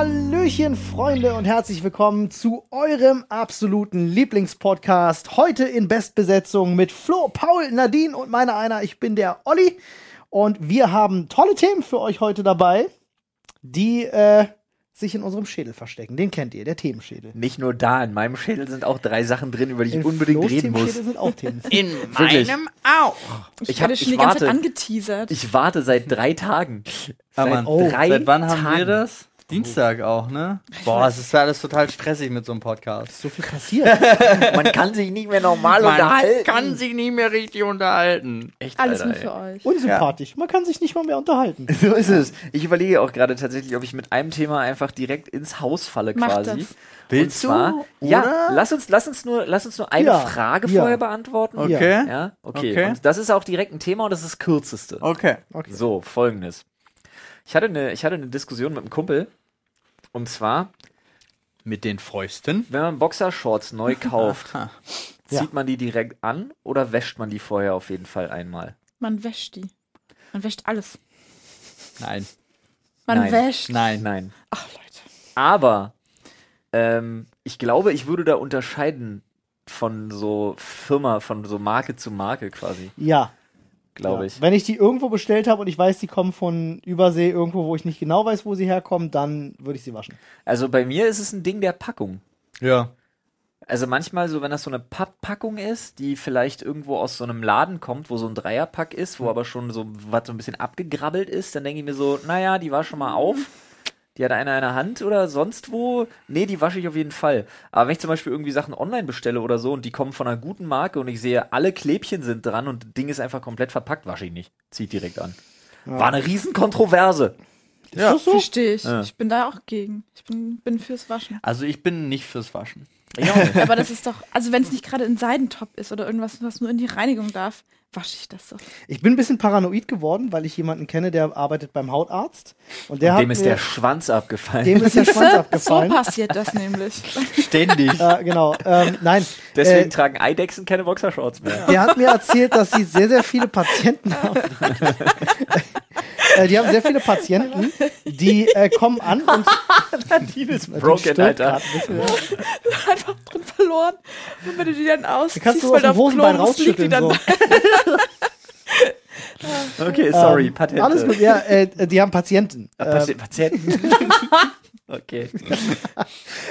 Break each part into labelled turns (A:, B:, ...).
A: Hallöchen, Freunde, und herzlich willkommen zu eurem absoluten Lieblingspodcast. Heute in Bestbesetzung mit Flo, Paul, Nadine und meiner einer. Ich bin der Olli. Und wir haben tolle Themen für euch heute dabei, die äh, sich in unserem Schädel verstecken. Den kennt ihr, der Themenschädel.
B: Nicht nur da, in meinem Schädel sind auch drei Sachen drin, über die ich
A: In
B: unbedingt
A: Flo's
B: reden muss.
A: Themenschädel sind auch Themen.
C: In
B: Wirklich.
C: meinem auch.
B: Ich,
D: werde
B: hab,
D: schon die
B: ich,
D: ganze Zeit
B: warte,
D: angeteasert.
B: ich warte seit drei Tagen.
E: Ah,
B: seit
E: Mann.
A: Oh.
B: drei
E: Seit wann
B: Tagen.
E: haben wir das? Dienstag auch, ne? Boah, es ist alles total stressig mit so einem Podcast.
A: So viel passiert.
B: Man kann sich nicht mehr normal
C: Man
B: unterhalten.
C: kann sich nicht mehr richtig unterhalten.
B: Echt,
D: Alles
B: Alter,
D: nur
B: ey.
D: für euch.
A: Unsympathisch. Man kann sich nicht mal mehr unterhalten.
B: So ist es. Ich überlege auch gerade tatsächlich, ob ich mit einem Thema einfach direkt ins Haus falle
D: Mach
B: quasi.
D: das.
E: Willst du?
B: Und zwar, Ja,
E: Oder?
B: lass uns, lass uns nur, lass uns nur eine
A: Ja,
B: Frage
A: ja.
B: vorher beantworten.
E: Okay.
B: Ja, okay.
E: Okay.
B: Und das ist auch direkt ein Thema und das ist das kürzeste.
E: Okay.
B: So, folgendes. Ich hatte, eine, ich hatte eine Diskussion mit einem Kumpel. Und zwar,
E: Mit den Fäusten?
B: wenn man Boxershorts neu kauft,
E: Aha.
B: zieht
A: Ja.
B: man die direkt an oder wäscht man die vorher auf jeden Fall einmal?
D: Man wäscht die. Man wäscht alles.
E: Nein.
D: Man
B: Nein.
D: wäscht.
E: Nein.
B: Nein.
D: Ach Leute.
B: Aber ähm, ich glaube, ich würde da unterscheiden von so Firma, von so Marke zu Marke quasi,
A: Ja.
B: glaube
A: ja.
B: ich.
A: Wenn ich die irgendwo bestellt habe und ich weiß, die kommen von Übersee, irgendwo, wo ich nicht genau weiß, wo sie herkommen, dann würde ich sie waschen.
B: Also bei mir ist es ein Ding der Packung.
E: Ja.
B: Also manchmal so, wenn das so eine Papppackung ist, die vielleicht irgendwo aus so einem Laden kommt, wo so ein Dreierpack ist,
A: Hm.
B: wo aber schon so was so ein bisschen abgegrabbelt ist, dann denke ich mir so, naja, die war schon mal auf. Die hat einer in der Hand oder sonst wo. Nee, die wasche ich auf jeden Fall. Aber wenn ich zum Beispiel irgendwie Sachen online bestelle oder so und die kommen von einer guten Marke und ich sehe, alle Klebchen sind dran und das Ding ist einfach komplett verpackt, wasche ich nicht. Zieht direkt an. War eine Riesenkontroverse.
E: Ja.
A: Ist das so?
D: Verstehe ich.
B: Ja. Ah,
D: Ich bin da auch gegen. Ich bin, bin fürs Waschen.
E: Also ich bin nicht fürs Waschen.
D: Ja, aber das ist doch, also wenn es nicht gerade ein Seidentop ist oder irgendwas, was nur in die Reinigung darf, wasche ich das doch.
A: Ich bin ein bisschen paranoid geworden, weil ich jemanden kenne, der arbeitet beim Hautarzt. Und der hat
B: Dem ist
A: mir,
B: der Schwanz abgefallen.
A: dem ist der Schwanz
D: So
A: abgefallen.
D: passiert das nämlich.
E: Ständig.
A: äh, genau. Ähm, nein.
B: Deswegen
A: Äh,
B: tragen Eidechsen keine Boxershorts mehr.
A: der hat mir erzählt, dass sie sehr, sehr viele Patienten haben. Äh, die haben sehr viele Patienten, die äh, kommen an und
B: Broken,
A: stirbt
B: Alter.
A: grad ein bisschen.
D: Einfach drin verloren. Und wenn du die dann
A: Du
D: ausziehst,
A: kannst so aus
D: weil
A: dem
D: du auf dem Klo
A: Hosenbein
D: musst, liegt die
A: rausschütteln.
D: dann
A: So.
B: Okay, sorry,
A: Ähm,
B: Patente.
A: Alles gut, ja, äh, die haben Patienten. Äh,
B: Pati- Patienten. okay.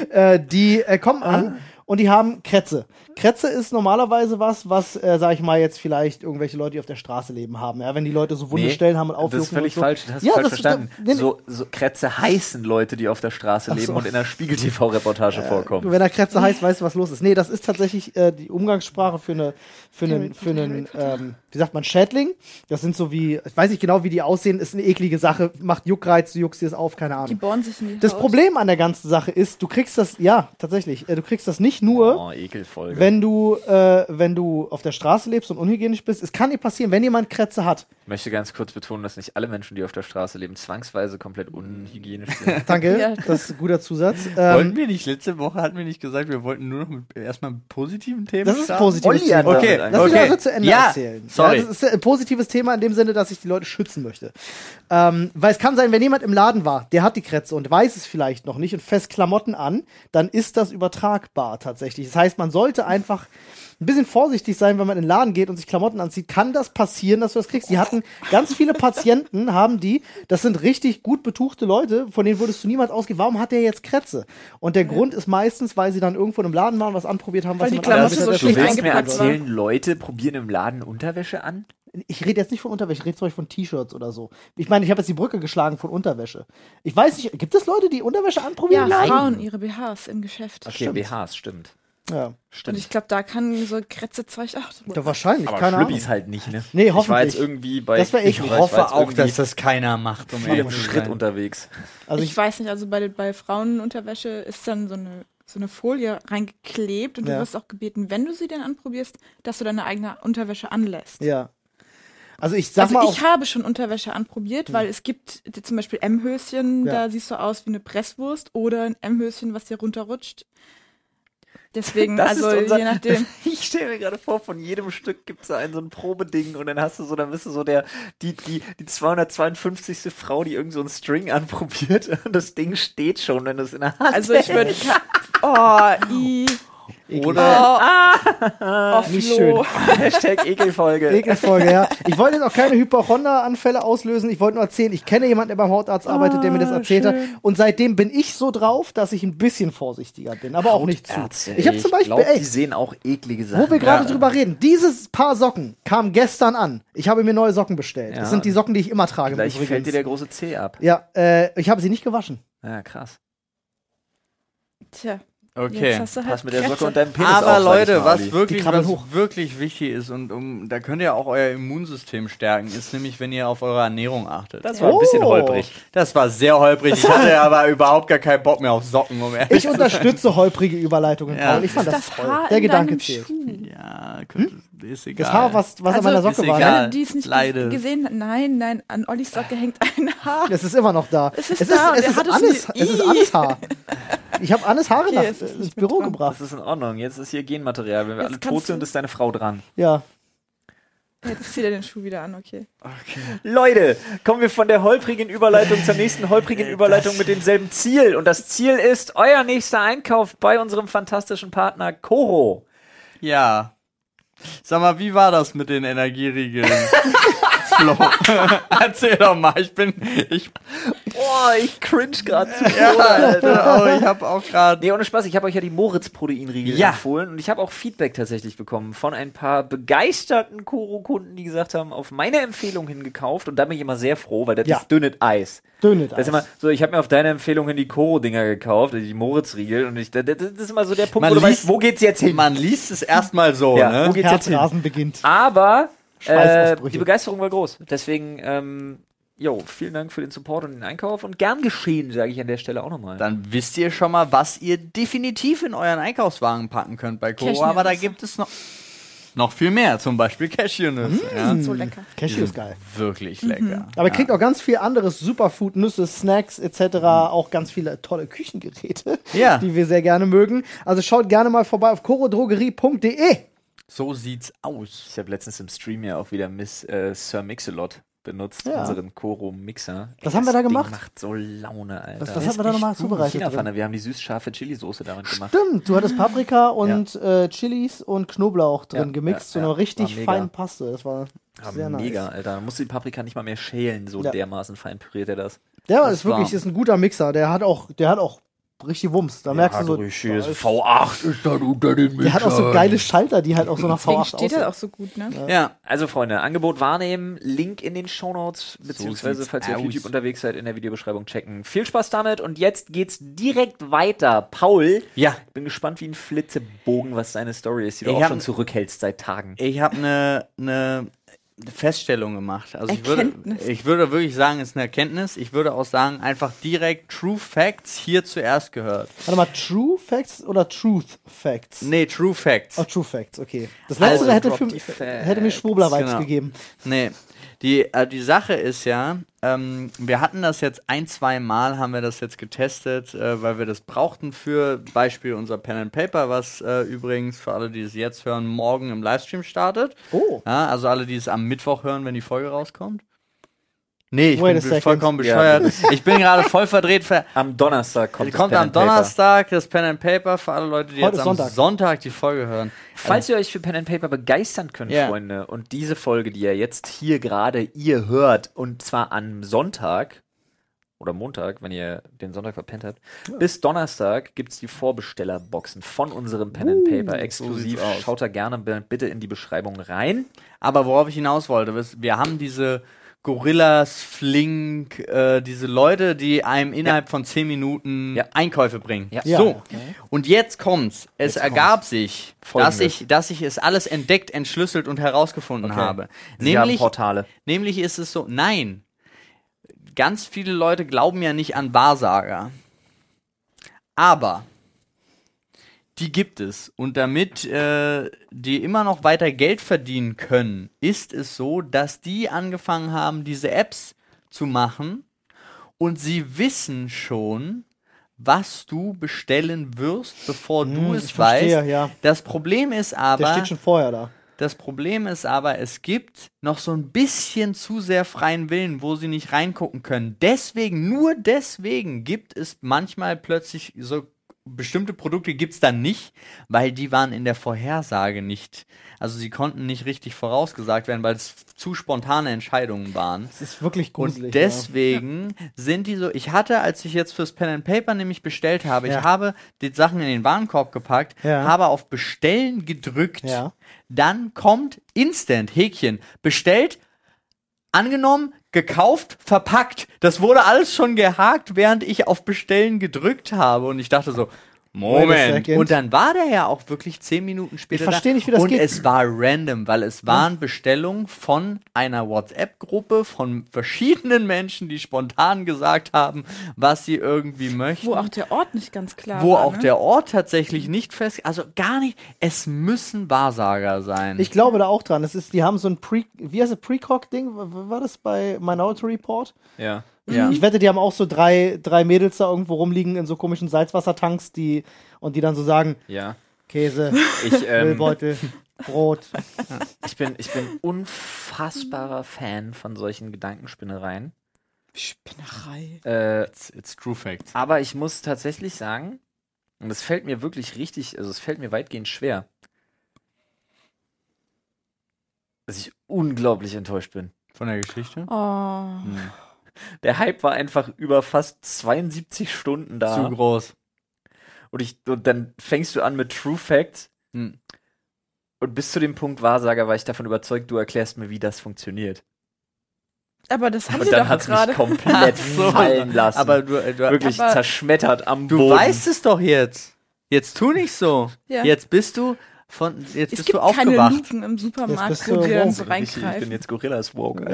A: äh, die äh, kommen
B: Ah.
A: an und die haben Krätze. Krätze ist normalerweise was, was, äh, sag ich mal, jetzt vielleicht irgendwelche Leute, die auf der Straße leben haben. Ja, wenn die Leute so wunde
B: Nee,
A: Stellen haben und
B: Das
A: aufjucken.
B: ist
A: und
B: völlig
A: so.
B: falsch, das hast du
A: Ja,
B: falsch
A: das-
B: verstanden.
A: nee, nee.
B: so, so Krätze heißen Leute, die auf der Straße leben
A: so. Äh,
B: und in der Spiegel-TV-Reportage vorkommen.
A: Wenn er Krätze heißt, weißt du, was los ist. Nee, das ist tatsächlich äh, die Umgangssprache für eine, für einen, für einen, ähm, wie sagt man, Schädling. Das sind so wie, ich weiß nicht genau, wie die aussehen, ist eine eklige Sache, macht Juckreiz, du juckst dir es auf, keine
D: Die
A: Ahnung.
D: bohren sich in die
A: Das
D: Haut.
A: Problem an der ganzen Sache ist, du kriegst das, ja, tatsächlich, äh, du kriegst das nicht nur,
B: Oh, Ekelfolge.
A: wenn du, äh, wenn du auf der Straße lebst und unhygienisch bist. Es kann dir passieren, wenn jemand Krätze hat.
B: ich möchte ganz kurz betonen, dass nicht alle Menschen, die auf der Straße leben, zwangsweise komplett unhygienisch sind.
A: Danke,
D: Ja.
A: das ist ein guter Zusatz.
E: wollten
A: Ähm,
E: wir nicht, letzte Woche hatten wir nicht gesagt, wir wollten nur noch mit, erstmal mit positiven Themen
A: das ist ein
E: starten?
A: positives
B: Olli hat
A: Thema.
B: damit
E: Okay,
B: angefangen.
A: Lass mich
E: okay.
A: also zu Ende
E: ja,
A: erzählen.
E: Sorry.
A: Ja, das ist ein positives Thema in dem Sinne, dass ich die Leute schützen möchte. Ähm, weil es kann sein, wenn jemand im Laden war, der hat die Krätze und weiß es vielleicht noch nicht und fest Klamotten an, dann ist das übertragbar tatsächlich. Das heißt, man sollte einfach ein bisschen vorsichtig sein, wenn man in den Laden geht und sich Klamotten anzieht. Kann das passieren, dass du das kriegst? Die hatten ganz viele Patienten, haben die, das sind richtig gut betuchte Leute, von denen würdest du niemals ausgehen, warum hat der jetzt Krätze? Und der Grund ist meistens, weil sie dann irgendwo im Laden waren, was anprobiert haben, was
D: Weil die
A: jemand
D: Klamotten
A: anderes
D: so
A: hat.
B: du
D: schlecht
B: willst mir
D: eingepackt war.
B: erzählen, Leute probieren im Laden Unterwäsche an?
A: Ich rede jetzt nicht von Unterwäsche, ich rede zum Beispiel von T-Shirts oder so. Ich meine, ich habe jetzt die Brücke geschlagen von Unterwäsche. Ich weiß nicht, gibt es Leute, die Unterwäsche
D: Ja,
A: anprobieren?
D: Frauen ihre BHs im Geschäft.
B: Okay, BHs, stimmt.
A: ja.
D: Und
B: Stimmt.
D: ich glaube, da kann so Krätzezeug auch.
A: ja wahrscheinlich,
B: Aber
A: keine Ahnung.
B: Schlüppis halt nicht, ne?
A: Nee,
B: Ich war
A: hoffentlich.
B: jetzt irgendwie bei.
A: Das wär
B: ich
A: eklig.
B: war- ich war jetzt irgendwie
E: das keiner macht, um
B: viel im Schritt unterwegs.
A: Also
D: ich,
A: ich,
D: weiß nicht, also bei, bei Frauenunterwäsche ist dann so eine, so eine Folie reingeklebt und
A: Ja.
D: du wirst auch gebeten, wenn du sie denn anprobierst, dass du deine eigene Unterwäsche anlässt.
A: ja. Also ich sag mal,
D: also ich
A: auch, Hm.
D: habe schon Unterwäsche anprobiert, weil es gibt die- zum Beispiel M-Höschen,
A: Ja.
D: da siehst du aus wie eine Presswurst oder ein M-Höschen, was dir runterrutscht. Deswegen,
B: Das
D: also
B: ist unser,
D: je nachdem.
B: Ich stelle mir gerade vor, von jedem Stück gibt es da ein so ein Probeding und dann hast du so, dann bist du so der, die, die, die 252. Frau, die irgend so einen String anprobiert und das Ding steht schon, wenn du es in der Hand
D: Also ich würde. Oh, i.
A: Oder Äh,
D: Oh,
A: ah. nicht
D: Flo.
B: Hashtag Ekelfolge.
A: Ekelfolge, ja. Ich wollte jetzt auch keine Hypochonder-Anfälle auslösen. Ich wollte nur erzählen, ich kenne jemanden, der beim Hautarzt arbeitet, der mir
D: Ah,
A: das erzählt hat. Und seitdem bin ich so drauf, dass ich ein bisschen vorsichtiger bin, aber auch nicht zu.
B: Ärzte,
A: ich habe zum Beispiel,
B: glaub,
A: ey,
B: die sehen auch eklige Sachen.
A: wo wir gerade drüber reden, dieses Paar Socken kam gestern an. Ich habe mir neue Socken bestellt.
B: Ja.
A: Das sind die Socken, die ich immer trage. im
B: Gleich fällt dir
A: Übrigen.
B: der große C ab.
A: ja, äh, ich habe sie nicht gewaschen.
B: Ja, krass.
D: Tja, jetzt
E: Okay.
A: Äh,
D: hast du halt
B: Pass mit der
D: Krätze.
B: Socke und deinem Penis
E: Aber
B: auf, sag ich
E: Leute,
B: mal,
E: was
B: Ali.
A: Die
E: wirklich,
A: krabbeln
E: was
A: hoch.
E: wirklich wichtig ist und um, da könnt ihr auch euer Immunsystem stärken, ist nämlich, wenn ihr auf eure Ernährung achtet.
B: Das war ein bisschen
A: Oh.
B: holprig.
E: Das war sehr holprig. Ich hatte aber überhaupt gar keinen Bock mehr auf Socken, um ehrlich
A: Ich
E: zu
A: unterstütze holprige Überleitungen,
E: Ja.
A: Paul. Ich fand das,
D: Das
A: toll.
D: Haar
A: Der
D: in
A: Gedanke
D: deinem
A: zählt.
D: Schuh.
E: Ja, könnte, ist egal.
A: Hm? Das Haar, was, was an
D: Also,
A: meiner Socke
E: ist
A: war.
E: egal.
A: Ne?
E: Ja,
D: Alle, die es nicht
E: leider.
D: ge- gesehen hat, nein, nein, an Ollis
B: Ah.
D: Socke hängt ein Haar.
A: Es ist immer noch da.
D: Es ist da und
A: es
D: er
A: ist
D: hat es
A: Annes,
D: nie-
A: es ist
D: Ih.
A: Annes Haar. Ich habe Annes Haare
D: Okay,
A: nach,
D: es ist
A: ins
D: nicht
A: Büro
D: mit dran.
A: gebracht.
B: Das ist in Ordnung. Jetzt ist hier Genmaterial. Wenn wir
D: Jetzt
B: alle tot
D: kannst
B: sind,
D: du-
B: ist deine Frau dran.
A: Ja.
D: Jetzt zieht er den Schuh wieder an, okay.
B: Leute, kommen wir von der holprigen Überleitung zur nächsten holprigen Überleitung mit demselben Ziel. Und das Ziel ist euer nächster Einkauf bei unserem fantastischen Partner Koro.
E: Ja. Sag mal, wie war das mit den Energieriegeln? Flo, erzähl doch mal, ich bin, ich,
B: Boah, ich cringe gerade zu
E: ja, Alter, oh, ich habe auch gerade
B: Nee, ohne Spaß, ich habe euch ja die Moritz-Proteinriegel
E: Ja.
B: empfohlen und ich habe auch Feedback tatsächlich bekommen von ein paar begeisterten Koro-Kunden, die gesagt haben, auf meine Empfehlung hingekauft und da bin ich immer sehr froh, weil das
A: Ja.
B: ist dünnes Eis.
A: Dünnet
B: Das ist immer so, ich habe mir auf deine Empfehlung hin die Koro-Dinger gekauft, also die Moritz-Riegel und ich, das, das ist immer so der Punkt,
E: Man
B: wo du
E: liest-
B: weißt, wo geht's jetzt hin?
E: Man liest es erstmal so,
B: Ja,
E: ne?
B: wo geht's jetzt hin? Ah.
A: Herzrasen beginnt.
B: Aber äh,
A: Schweißausbrüche.
B: die Begeisterung war groß. Deswegen, ähm, jo, vielen Dank für den Support und den Einkauf und gern geschehen, sage ich an der Stelle auch nochmal.
E: Dann wisst ihr schon mal, was ihr definitiv in euren Einkaufswagen packen könnt bei Koro.
D: Cashewnüsse.
E: Aber da gibt es noch, noch viel mehr, zum Beispiel Cashewnüsse. Ja.
D: So
B: Mhm.
D: lecker.
A: Mm, Cashew ist geil. Mhm.
E: Wirklich lecker.
A: Aber ihr kriegt auch ganz viel anderes Superfood, Nüsse, Snacks etc.
B: Mhm.
A: Auch ganz viele tolle Küchengeräte,
E: Ja.
A: die wir sehr gerne mögen. Also schaut gerne mal vorbei auf chorodrogerie.de.
E: So sieht's aus.
B: Ich habe letztens im Stream ja auch wieder Miss äh, Sir Mixelot benutzt,
A: Ja.
B: unseren Koro Mixer.
A: Was haben wir da gemacht?
B: Ding macht so Laune, Alter.
A: Was- was haben wir da nochmal zubereitet
B: China
A: drin?
B: wir haben die süß-scharfe Chili-Soße darin gemacht.
A: Stimmt, du hattest Paprika und äh, Chilis und Knoblauch drin
B: Ja,
A: gemixt,
B: ja,
A: zu
B: ja.
A: einer richtig
B: War mega.
A: feinen Paste. Das war
B: Ah,
A: sehr nice.
B: mega, Alter. Man muss die Paprika nicht mal mehr schälen, so
A: Ja.
B: dermaßen fein püriert er das.
A: Der
E: Das
A: ist wirklich
E: war-
A: ist ein guter Mixer. Der hat auch, der hat auch richtig Wumms. Da merkst du so,
B: Schönes V8 ist dann unter den
A: der hat auch so geile Schalter, die halt auch so nach
D: Deswegen
A: V8
D: steht
A: aussehen.
D: er auch so gut, ne?
E: Ja.
B: Also Freunde, Angebot wahrnehmen, Link in den Shownotes, beziehungsweise
E: sieht's
B: falls ihr auf
E: aus.
B: YouTube unterwegs seid, in der Videobeschreibung checken. Viel Spaß damit und jetzt geht's direkt weiter. Paul,
E: Ja.
B: bin gespannt wie ein Flitzebogen, was deine Story ist, die du
E: Ich
B: auch
E: hab-
B: schon zurückhältst seit Tagen.
E: Ich habe eine ne Feststellung gemacht. Also ich würde,
D: Erkenntnis.
E: ich würde wirklich sagen, es ist eine Erkenntnis. Ich würde auch sagen, einfach direkt True Facts hier zuerst gehört.
A: Warte mal, True Facts oder Truth Facts?
E: Nee, True Facts.
A: Oh, True Facts, okay. Das letztere
B: Also,
A: hätte,
B: drop
A: für,
B: die Facts.
A: hätte mir Schwurbler-Vibes
E: Genau.
A: gegeben.
E: Nee, die, äh, die Sache ist ja, ähm, wir hatten das jetzt ein, zwei Mal, haben wir das jetzt getestet, äh, weil wir das brauchten für Beispiel unser Pen and Paper, was äh, übrigens für alle, die es jetzt hören, morgen im Livestream startet.
A: Oh.
E: Ja, also alle, die es am Mittwoch hören, wenn die Folge rauskommt. Nee, ich
A: Wait a
E: bin
A: second.
E: be- vollkommen
B: Ja,
E: bescheuert. ich bin gerade voll verdreht. Ver
B: Am Donnerstag kommt,
E: kommt
B: das Pen
E: am
B: and Paper.
E: Donnerstag das Pen and Paper für alle Leute, die
A: Heute
E: jetzt
A: ist
E: am
A: Sonntag.
E: Sonntag. die Folge hören.
B: Falls ihr euch für Pen and Paper begeistern könnt,
E: Also- Ja.
B: Freunde, und diese Folge, die ihr jetzt hier gerade ihr hört, und zwar am Sonntag oder Montag, wenn ihr den Sonntag verpennt habt, bis Donnerstag gibt es die Vorbestellerboxen von unserem Pen and Paper exklusiv.
E: Uh, so sieht's aus.
B: Schaut da gerne b- bitte in die Beschreibung rein.
E: Aber worauf ich hinaus wollte, ist, wir haben diese Gorillas, Flink, äh, diese Leute, die einem innerhalb von 10 Minuten
B: Ja.
E: Einkäufe bringen.
B: Ja.
A: Ja.
E: So, und jetzt kommt's. Es ergab sich, dass
B: Folgendes.
E: ich, dass ich es alles entdeckt, entschlüsselt und herausgefunden habe.
B: Sie haben Portale.
E: Nämlich ist es so, nein, ganz viele Leute glauben ja nicht an Wahrsager. Aber die gibt es. Und damit äh, die immer noch weiter Geld verdienen können, ist es so, dass die angefangen haben, diese Apps zu machen. Und sie wissen schon, was du bestellen wirst, bevor du
A: Hm,
E: es
A: ich verstehe,
E: weißt.
A: ja.
E: Das Problem ist
A: Der
E: aber,
A: steht schon vorher da.
E: das Problem ist aber, es gibt noch so ein bisschen zu sehr freien Willen, wo sie nicht reingucken können. Deswegen, nur deswegen gibt es manchmal plötzlich so bestimmte Produkte gibt es dann nicht, weil die waren in der Vorhersage nicht. Also sie konnten nicht richtig vorausgesagt werden, weil es zu spontane Entscheidungen waren.
A: Das ist wirklich gruselig.
E: Und
A: ja.
E: deswegen sind die so. Ich hatte, als ich jetzt fürs Pen and Paper nämlich bestellt habe,
A: Ja.
E: ich habe die Sachen in den Warenkorb gepackt,
A: Ja.
E: habe auf Bestellen gedrückt.
A: Ja.
E: Dann kommt Instant Häkchen bestellt, angenommen, gekauft, verpackt. Das wurde alles schon gehakt, während ich auf Bestellen gedrückt habe und ich dachte so.
A: Wait a
E: Moment.
A: second.
E: Und dann war der ja auch wirklich zehn Minuten später. da.
A: verstehe nicht, wie das
E: und
A: geht.
E: es war random, weil es waren Bestellungen von einer WhatsApp-Gruppe von verschiedenen Menschen, die spontan gesagt haben, was sie irgendwie möchten.
D: Wo auch der Ort nicht ganz klar
E: Wo
D: war.
E: auch
D: ne?
E: der Ort tatsächlich nicht fest, also gar nicht. Es müssen Wahrsager sein.
A: Ich glaube da auch dran. Das ist, die haben so ein Pre, wie heißt das, Precog-Ding? W- War das bei Minority Report?
B: Ja.
D: Mhm.
E: ja.
A: Ich wette, die haben auch so drei, drei Mädels da irgendwo rumliegen in so komischen Salzwassertanks, die, und die dann so sagen,
B: Ja.
A: Käse,
B: Ich, ähm,
A: Müllbeutel, Brot.
B: ich, bin, ich bin unfassbarer Fan von solchen Gedankenspinnereien.
D: Spinnerei.
B: Äh,
E: it's, it's true facts.
B: aber ich muss tatsächlich sagen, und es fällt mir wirklich richtig, also es fällt mir weitgehend schwer, dass ich unglaublich enttäuscht bin.
E: Von der Geschichte?
D: Oh.
B: Der Hype war einfach über fast 72 Stunden da.
E: Zu groß.
B: Und, ich, und dann fängst du an mit True Facts.
E: Hm.
B: Und bis zu dem Punkt Wahrsager war ich davon überzeugt, du erklärst mir, wie das funktioniert.
D: Aber das haben
B: und
D: sie
B: dann
D: doch
B: hat's mich
D: gerade.
B: komplett
E: So.
B: fallen lassen.
E: Aber du, äh, du,
B: Wirklich
D: Aber-
B: zerschmettert am
E: du
B: Boden.
E: weißt es doch jetzt. Jetzt tu nicht so.
D: Ja.
E: Jetzt bist du von, jetzt
D: Es
E: bist du
D: gibt keine
E: aufgewacht.
D: Luken im
A: Jetzt
D: Supermarkt,
A: bist
D: wo
A: du
D: die dann so
A: woke.
B: ich, ich bin
D: reingreifen.
B: jetzt Gorillas Woke.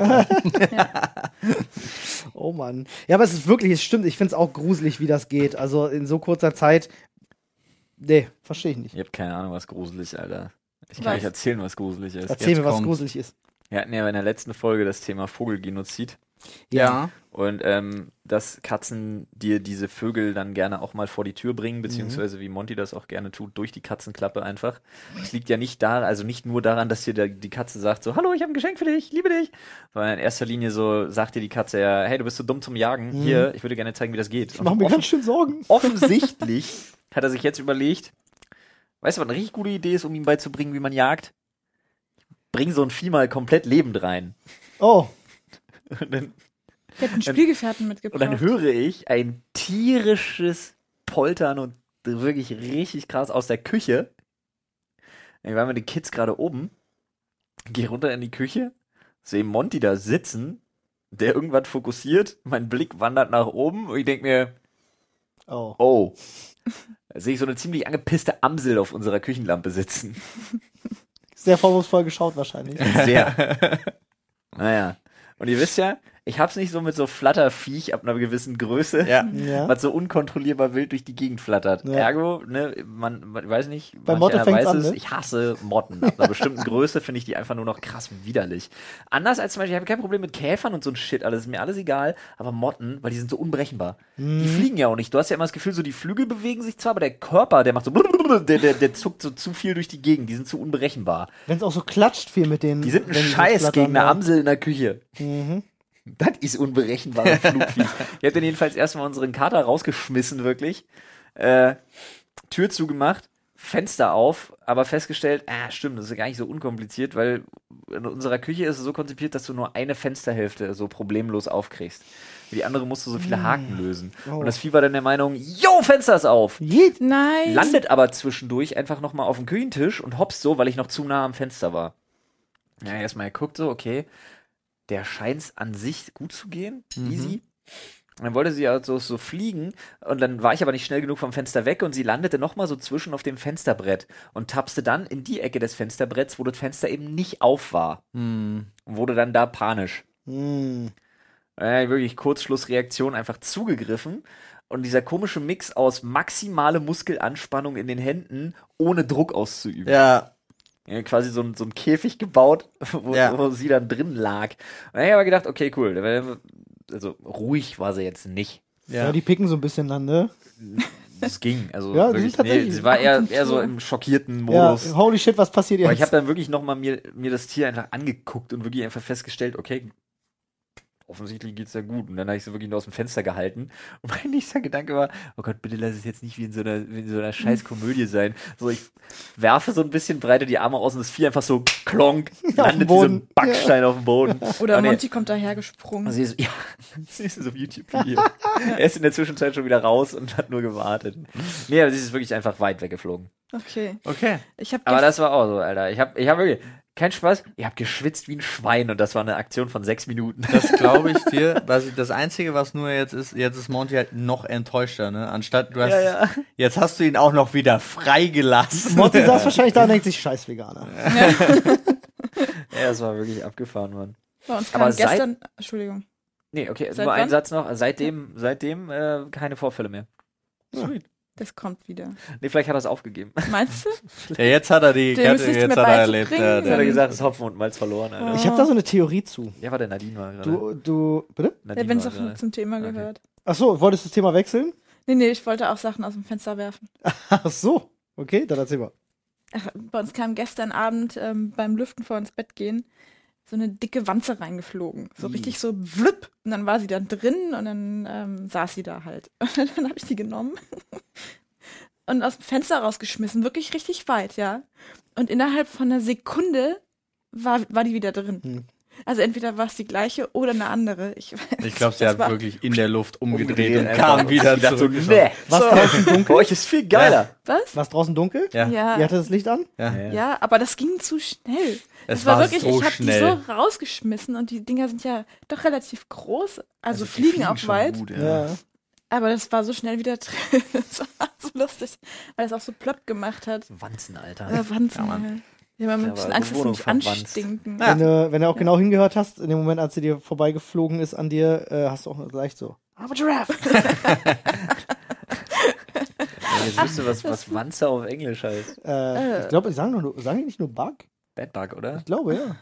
A: Oh Mann. Ja, aber es ist wirklich, es stimmt, ich finde es auch gruselig, wie das geht. Also in so kurzer Zeit. Nee, verstehe ich nicht.
B: Ich hab keine Ahnung, was gruselig, Alter. Ich kann
D: Was?
B: euch erzählen, was gruselig ist.
A: Erzähl
E: jetzt
A: mir, was
E: kommt's.
A: gruselig ist.
B: Wir hatten ja in der letzten Folge das Thema Vogelgenozid.
E: Ja.
B: Und ähm, dass Katzen dir diese Vögel dann gerne auch mal vor die Tür bringen,
A: Mhm.
B: beziehungsweise wie Monty das auch gerne tut, durch die Katzenklappe einfach. Es liegt ja nicht da, also nicht nur daran, dass dir der, die Katze sagt so, hallo, ich habe ein Geschenk für dich, liebe dich, sondern in erster Linie so sagt dir die Katze ja, hey, du bist so dumm zum Jagen, hier, ich würde gerne zeigen, wie das geht.
A: Mhm. Ich mache mir ganz schön Sorgen.
B: offensichtlich hat er sich jetzt überlegt, weißt du, was eine richtig gute Idee ist, um ihm beizubringen, wie man jagt? Bring so ein Vieh mal komplett lebend rein.
A: Oh,
B: Und dann,
D: Ich hätte einen Spielgefährten
B: und
D: mitgebracht.
B: dann höre ich ein tierisches Poltern und wirklich richtig krass aus der Küche. Wir waren mit den Kids gerade oben. Geh runter in die Küche, sehe Monty da sitzen, der irgendwas fokussiert. Mein Blick wandert nach oben und ich denke mir,
A: oh.
B: Oh. Da sehe ich so eine ziemlich angepisste Amsel auf unserer Küchenlampe sitzen.
A: Sehr vorwurfsvoll geschaut wahrscheinlich.
B: Sehr. naja. Und ihr wisst ja, ich hab's nicht so mit so Flatterviech ab einer gewissen Größe,
E: Ja.
A: Ja.
B: was so unkontrollierbar wild durch die Gegend flattert.
A: Ja.
B: Ergo, ne, man, man weiß nicht,
A: Bei
B: manch
A: Motte
B: einer
A: fängt's an, ne?
B: ich hasse Motten. Ab einer bestimmten Größe finde ich die einfach nur noch krass widerlich. Anders als zum Beispiel, ich habe kein Problem mit Käfern und so ein Shit, alles ist mir alles egal, aber Motten, weil die sind so unberechenbar. Die fliegen ja auch nicht. Du hast ja immer das Gefühl, so die Flügel bewegen sich zwar, aber der Körper, der macht so, der, der, der zuckt so zu viel durch die Gegend, die sind zu unberechenbar.
A: Wenn es auch so klatscht viel mit denen.
B: Die sind ein
A: wenn so
B: Scheiß
A: flattern,
B: gegen eine
A: ja.
B: Amsel in der Küche. Das ist unberechenbarer Flugvieh. Ich hab dann jedenfalls erstmal unseren Kater rausgeschmissen, wirklich. Äh, Tür zugemacht, Fenster auf, aber festgestellt, ah, stimmt, das ist ja gar nicht so unkompliziert, weil in unserer Küche ist es so konzipiert, dass du nur eine Fensterhälfte so problemlos aufkriegst. Für die andere musst du so viele Haken lösen.
A: Oh.
B: Und das Vieh war dann der Meinung, yo, Fenster ist auf!
A: Jeet.
D: Nein.
B: Landet aber zwischendurch einfach nochmal auf dem Küchentisch und hops so, weil ich noch zu nah am Fenster war. Ja, erstmal geguckt so, okay, der scheint's an sich gut zu gehen, easy. Und dann wollte sie ja so, so fliegen und dann war ich aber nicht schnell genug vom Fenster weg und sie landete nochmal so zwischen auf dem Fensterbrett und tapste dann in die Ecke des Fensterbretts, wo das Fenster eben nicht auf war
E: Hm.
B: und wurde dann da panisch.
A: Hm.
B: Äh, wirklich Kurzschlussreaktion einfach zugegriffen. Und dieser komische Mix aus maximale Muskelanspannung in den Händen, ohne Druck auszuüben.
E: Ja.
B: Ja, quasi so, ein- so ein Käfig gebaut, wo,
E: Ja.
B: wo sie dann drin lag. Und dann habe ich aber gedacht, okay, cool. Also ruhig war sie jetzt nicht.
A: Ja, die picken so ein bisschen dann, ne?
B: Das ging. Also
A: Ja, die
B: wirklich,
A: sind tatsächlich-
B: nee, sie war eher, eher so im schockierten Modus.
A: Ja, holy shit, was passiert jetzt?
B: Aber ich habe dann wirklich nochmal mir, mir das Tier einfach angeguckt und wirklich einfach festgestellt, okay, offensichtlich geht's ja gut. Und dann habe ich sie wirklich nur aus dem Fenster gehalten. Und mein nächster Gedanke war, oh Gott, bitte lass es jetzt nicht wie in so einer, wie in so einer scheiß Komödie sein. So, ich werfe so ein bisschen breiter die Arme aus und das Vieh einfach so klonk, landet wie so ein
A: Boden.
B: Backstein auf dem Boden.
D: Oder
B: Aber Oh, nee, Also-
D: Monty kommt dahergesprungen.
B: Sie ist, ja, sie ist auf YouTube hier. er ist in der Zwischenzeit schon wieder raus und hat nur gewartet. Nee, aber sie ist wirklich einfach weit weggeflogen.
D: Okay.
E: Okay.
D: Ich habe
B: Aber das war auch so, Alter. Ich hab, ich hab wirklich, kein Spaß, ich hab geschwitzt wie ein Schwein und das war eine Aktion von sechs Minuten.
E: Das glaube ich dir. Was ich, das Einzige, was nur jetzt ist, jetzt ist Monty halt noch enttäuschter, ne? Anstatt du hast,
B: Ja,
E: jetzt hast du ihn auch noch wieder freigelassen.
A: Monty saß wahrscheinlich da und denkt sich, scheiß Veganer.
B: ja, das war wirklich abgefahren, Mann.
D: bei uns
B: aber
D: kam
B: seit-
D: gestern. Entschuldigung.
B: Nee, okay,
D: Seit
B: nur ein
D: wann?
B: Satz noch. Also Seitdem, seitdem äh, keine Vorfälle mehr. Sweet.
D: Das kommt wieder.
B: Nee, vielleicht hat er es aufgegeben.
D: Meinst du?
E: Ja, jetzt hat er die
D: Dem
E: Kette,
D: ist nichts
E: jetzt
D: mehr
E: hat er erlebt. Ja,
B: Jetzt
D: beizubringen.
B: hat er
E: der,
D: Mhm.
B: gesagt, es ist Hopfen und Malz verloren, Alter.
A: Ich habe da so eine Theorie zu.
B: Ja, war der Nadine war gerade.
A: Du, du, bitte?
D: Ja,
B: Nadine
D: wenn es
B: war
D: auch
B: gerade.
D: zum Thema
B: Okay.
D: gehört.
A: Achso, wolltest du das Thema wechseln?
D: Nee, nee, ich wollte auch Sachen aus dem Fenster werfen.
A: Ach so. Okay, dann erzähl mal.
D: Ach, bei uns kam gestern Abend ähm, beim Lüften vor ins Bett gehen so eine dicke Wanze reingeflogen. So richtig so wlipp. Und dann war sie dann drin und dann ähm, saß sie da halt. Und dann habe ich die genommen und aus dem Fenster rausgeschmissen. Wirklich richtig weit, ja. Und innerhalb von einer Sekunde war, war die wieder drin.
A: Hm.
D: Also entweder war es die gleiche oder eine andere. Ich, weiß
E: ich glaube, sie
D: das
E: hat
D: war-
E: wirklich in der Luft umgedreht,
B: Umgedreht
E: und
B: einfach.
E: kam wieder
B: Ich dachte so,
E: zurück.
B: nee.
A: Was draußen dunkel?
B: Bei euch ist viel geiler.
D: Was?
A: War es draußen dunkel?
E: Ja, ja,
D: Ja. Also
A: Ihr hattet das Licht an?
E: ja.
D: Ja, aber das ging zu schnell.
E: Es
D: Es war,
E: war
D: wirklich,
E: so
D: ich habe die
E: schnell.
D: so rausgeschmissen und die Dinger sind ja doch relativ groß, also,
E: die
D: fliegen, auch
E: schon
D: weit.
E: gut, ja.
A: Ja.
D: Aber das war so schnell wieder drin. Das war so lustig, weil es auch so plopp gemacht hat.
B: Wanzen, Alter.
D: Aber Wanzen.
E: Mann.
D: halt. Ja,
B: Ja,
D: man hat ein bisschen
B: aber
D: Angst, dass sie
B: Wohnung
D: mich
B: verwanzt.
D: anstinken.
E: Ja.
D: Ja.
A: Wenn, du, wenn du auch genau hingehört hast, in dem Moment, als sie dir vorbeigeflogen ist an dir, äh, hast du auch leicht so.
D: Aber Giraffe.
B: Ja, jetzt wisst ihr, was, was Wanze auf Englisch heißt.
A: Äh, Ich glaube, ich sage nur, sagen die nicht nur Bug?
B: Bedbug, oder?
A: Ich glaube, ja.